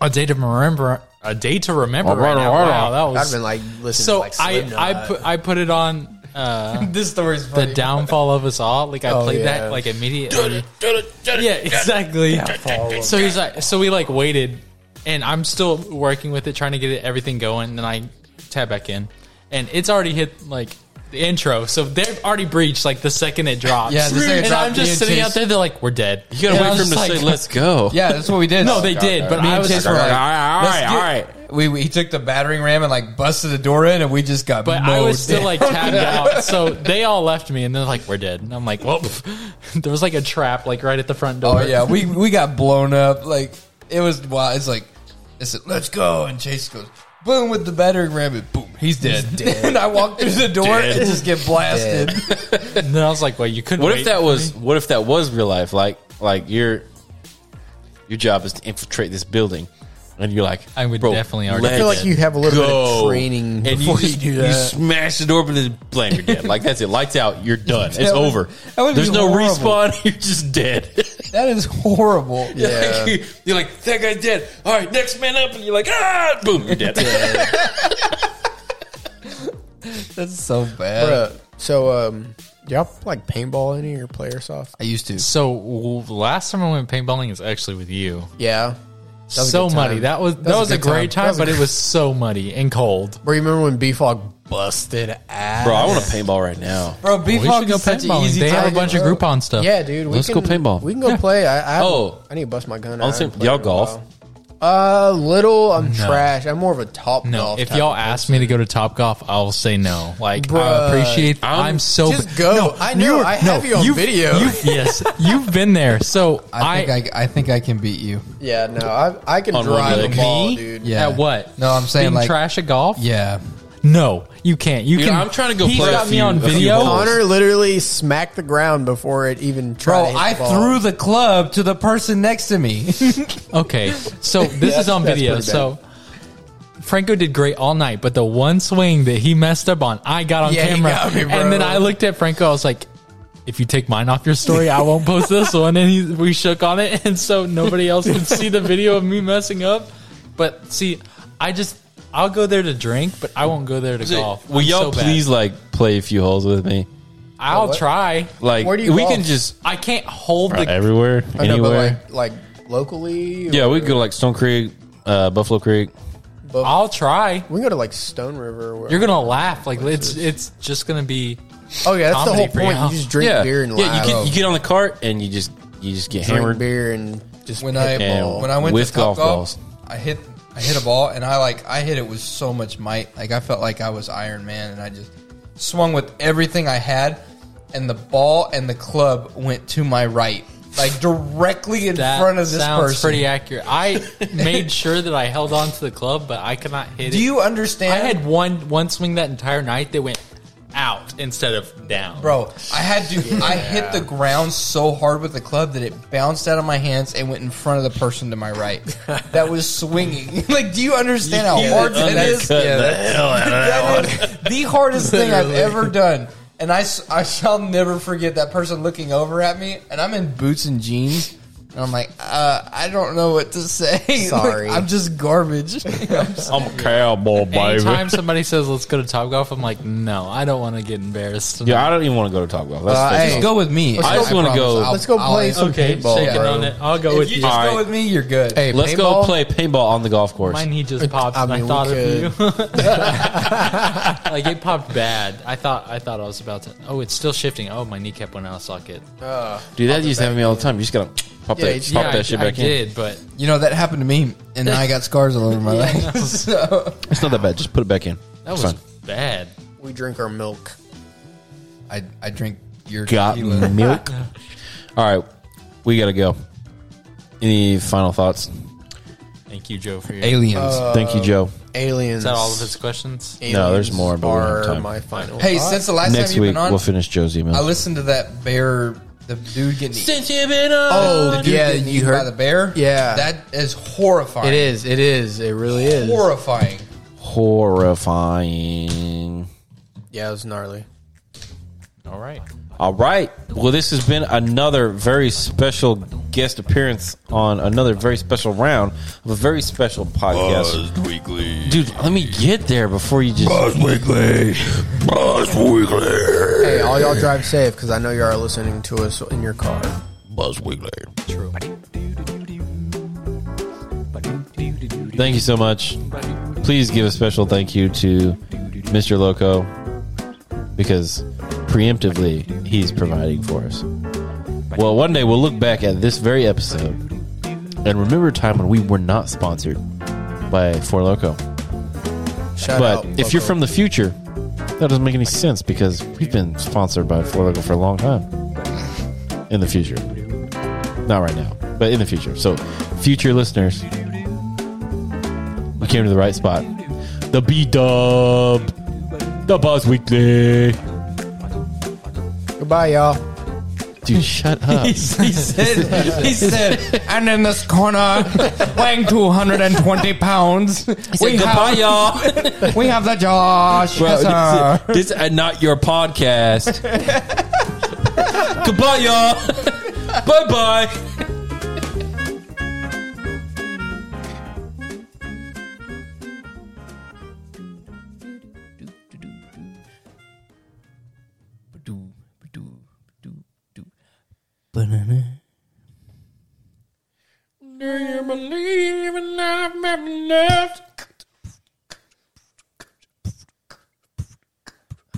a day to remember, a day to remember. right now. Wow, that
I'd have
was
been like listening.
so.
to, like,
I
Slipknot.
I put I put it on. Uh,
This story's
the downfall of us all. Like I
Oh,
played
yeah.
that like immediately. yeah, exactly. so he's like, so we like waited, and I'm still working with it, trying to get it, everything going. And then I tab back in, and it's already hit like the intro. So they've already breached like the second it drops.
Yeah, the second it
and
dropped,
I'm just
you
sitting
chase-
out there. They're like, we're dead. You
You gotta wait for him to say, "Let's go."
Yeah, that's what we did.
No, they did, but
Me and
I was
Chase
just
were like,
like,
all
right,
right,
all right,
all
all
right. We, we he took the battering ram and like busted the door in, and we just got.
But I
mowed
was still
down.
like tabbed out, so they all left me, and they're like, "We're dead." And I'm like, "Well, there was like a trap, like right at the front door."
oh yeah, we we got blown up. Like it was wild. It's like it's said, let's go, and Chase goes boom with the battering ram, and boom, he's dead. and I walk through the door
Dead.
and just get blasted.
And then I was like, "Well, you couldn't."
What if
wait
that was? What if that was real life? Like, like your your job is to infiltrate this building, and you're like,
I would
"Bro,
definitely argue
let
I feel like you have a little bit
go."
of training
and you,
before you,
just-
do
You
that.
smash the door, but then blam, you're dead. Like that's it. Lights out. You're done. It's
would-
over.
that would be
There's no
horrible.
respawn. You're just dead.
That is horrible.
Yeah.
Like, you're like that guy's dead. All right, next man up, and you're like, ah, boom, you're dead.
That's so bad.
Bruh. So um, y'all like paintball any or play airsoft?
I used to.
So w- last time I went paintballing is actually with you.
Yeah. That was a
so
good
muddy.
time.
That was that, was, a,
good
great time,
That was a
but
good-
it was so muddy and cold.
Bro, you remember when B Fog busted ass?
Bro, I want a paintball right now.
Bro, beef
We should go paintballing. They have a
target,
bunch
bro.
of Groupon stuff.
Yeah, dude. We
Let's
can,
go paintball.
We can go play. I, I
Oh.
I need to bust my gun.
I'll
out. I
say-
haven't played
y'all
in a
golf?
while. Uh, little. I'm trash. I'm more of a top
No,
golf.
if
type
y'all
of
ask me to go to Top Golf, I'll say no. Like
Bruh.
I appreciate.
I'm-
I'm, so
Just go. I know.
you're-
I have you on
you've-
video.
you've- yes, you've been there. So
I
I,
think I, I think I can beat you.
Yeah, no, I, I can
On one
drive a
leg.
ball,
Me?
dude.
Yeah.
at what?
No, I'm saying
Being
like
trash at golf.
yeah.
No, you can't. You
Dude,
can.
I'm trying to go
He's
play a
got me
few-
on
a few
video.
holes.
Connor literally smacked the ground before it even tried.
Bro,
to hit the
I
ball.
threw the club to the person next to me.
Okay, so this is on
that's
video.
pretty bad.
So Franco did great all night, but the one swing that he messed up on, I got on
Yeah, he
camera,
got me, bro.
and then I looked at Franco. I was like, "If you take mine off your story, I won't post this one." And he, we shook on it, and so nobody else could see the video of me messing up. But see, I just I'll go there to drink, but I won't go there to golf.
Will
I'm
y'all
so bad.
please like play a few holes with me?
I'll
what?
try.
Like
Where do you
we
golf?
can just
I can't hold the.
everywhere,
I know,
anywhere.
but like, like locally.
yeah,
or-
we could go like Stone Creek, uh, Buffalo Creek.
I'll try.
we can go to like Stone River. Or
You're gonna laugh. Like it's it's just gonna be.
oh yeah, that's the
comedy
whole
for
point.
y'all.
You just drink
yeah,
beer and
yeah.
laugh.
You get you get on the cart and you just you just get
drink
hammered.
beer and just
when
hit
I
the ball.
And-
when I went
with
to top golf,
golf balls.
I hit I hit a ball and I like I hit it with so much might. Like I felt like I was Iron Man and I just swung with everything I had and the ball and the club went to my right. Like directly in
That
front of this
sounds
person.
pretty accurate. I made sure that I held on to the club, but I could not hit
Do
it.
you
I
understand?
had one one swing that entire night that went out instead of down.
Bro, I had to. I hit the ground so hard with the club that it bounced out of my hands and went in front of the person to my right that was swinging. like, do you understand how hard that is?
undercut
Yeah,
the
that- that is the hardest thing I've ever done. And I, s- I shall never forget that person looking over at me, and I'm in boots and jeans, And I'm like, uh, I don't know what to say. Like,
Sorry.
I'm just garbage. I'm so-
I'm a cowboy,
Anytime somebody says let's go to Top Golf, I'm like, no, I don't want to get embarrassed.
Yeah, I don't even want to go to Taco Bell. Let's
Uh,
face
hey,
it.
go with me.
I just wanna go-
Let's go play some
okay,
paintball,
shaking
bro.
on it. I'll go
If
with
you
you.
just
All
go
right.
with me, you're good.
Hey,
Let's go
paintball?
play paintball on the golf course.
Mine, he just popped,
I
and I
mean, we
thought of you. like it popped bad. I thought I thought I was about to. Oh, it's still shifting. Oh, my kneecap went out of socket.
Dude, that used to happen to me all the time. You just gotta pop
Yeah,
that,
you just-
pop
Yeah,
that
I,
shit
I
back in.
did, but
You know that happened to me, and I got scars all over my legs. so
It's not that bad. Just put it back in.
that
It's
was
fine.
bad.
We drink our milk.
I, I drink your
got
tequila.
milk. all right, we gotta go. Any final thoughts?
Thank you, Joe, for your.
aliens.
Thank you, Joe.
Aliens.
is that all of his questions?
No, there's more, but we don't have
are
time.
my final.
hey,
thought.
since the last
Next
time you've
week
been on,
we'll finish Joe's email.
I listened to that bear, the dude getting eaten.
Since you've been on,
oh
the dude
yeah,
getting
you
eaten
heard
by the bear.
Yeah.
that is horrifying.
It is. It is. It really is.
horrifying.
Horrifying.
Yeah, it was gnarly.
all right.
All right. Well, this has been another very special guest appearance on another very special round of a very special podcast.
Buzz Weekly.
Dude, let me get there before you just.
Buzz Weekly. Buzz Weekly.
Hey, all y'all drive safe because I know you are listening to us in your car.
Buzz Weekly.
Thank you so much. Please give a special thank you to Mr. Loco because preemptively he's providing for us. Well, one day we'll look back at this very episode and remember a time when we were not sponsored by Four Loco.
Shout
But
out.
if you're
Loco.
from the future, that doesn't make any sense because we've been sponsored by Four Local for a long time. In the future. Not right now, but in the future. So, future listeners, we came to the right spot. The B Dub, the Buzz Weekly.
goodbye, y'all.
Dude, shut up.
He said, he said, and in this corner, weighing 220 pounds, we, have,
y'all.
we have the Josh.
Bro,
Yes, sir.
this, this is not your podcast. Goodbye, y'all. bye bye.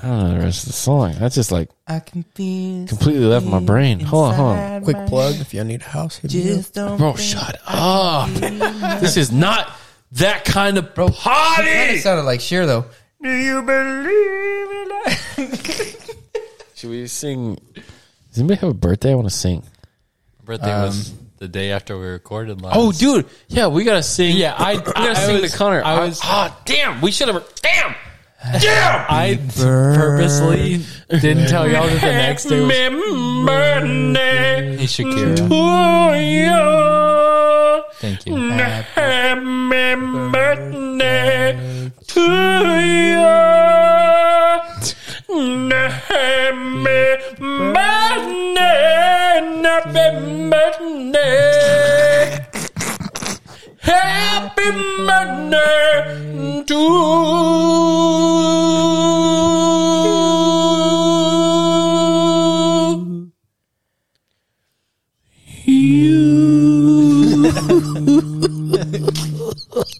I don't know the rest of the song. That's just like
I can feel
completely left my brain. Hold on, hold on.
Quick plug. If y'all need a house, hit me up.
Bro, shut up. this is not that kind of
Kind of
party.
sounded like Cher though.
Should we sing? Does anybody have a birthday I want to sing?
Birthday was the day after we recorded last.
Um, Oh, dude. Yeah, we got to sing.
Yeah, I-
we got
I
to sing
was-
to Connor.
I
I
was-
was, oh, damn. We should have. Damn. Damn.
I purposely didn't tell y'all that the next day was
Remember
Hey, Shakira.
to you.
Thank you.
Happy birthday to you. Happy birthday, happy birthday. Happy birthday to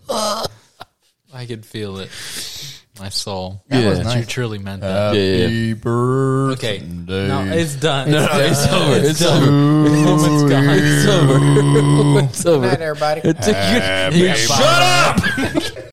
I could feel it. My soul.
Yeah.
That You truly meant that.
Yeah.
okay. No, it's done. It's done.
It's over. It's over.
Moment's gone.
It's over. It's over.
Night, everybody.
It's-
Happy
Shut up!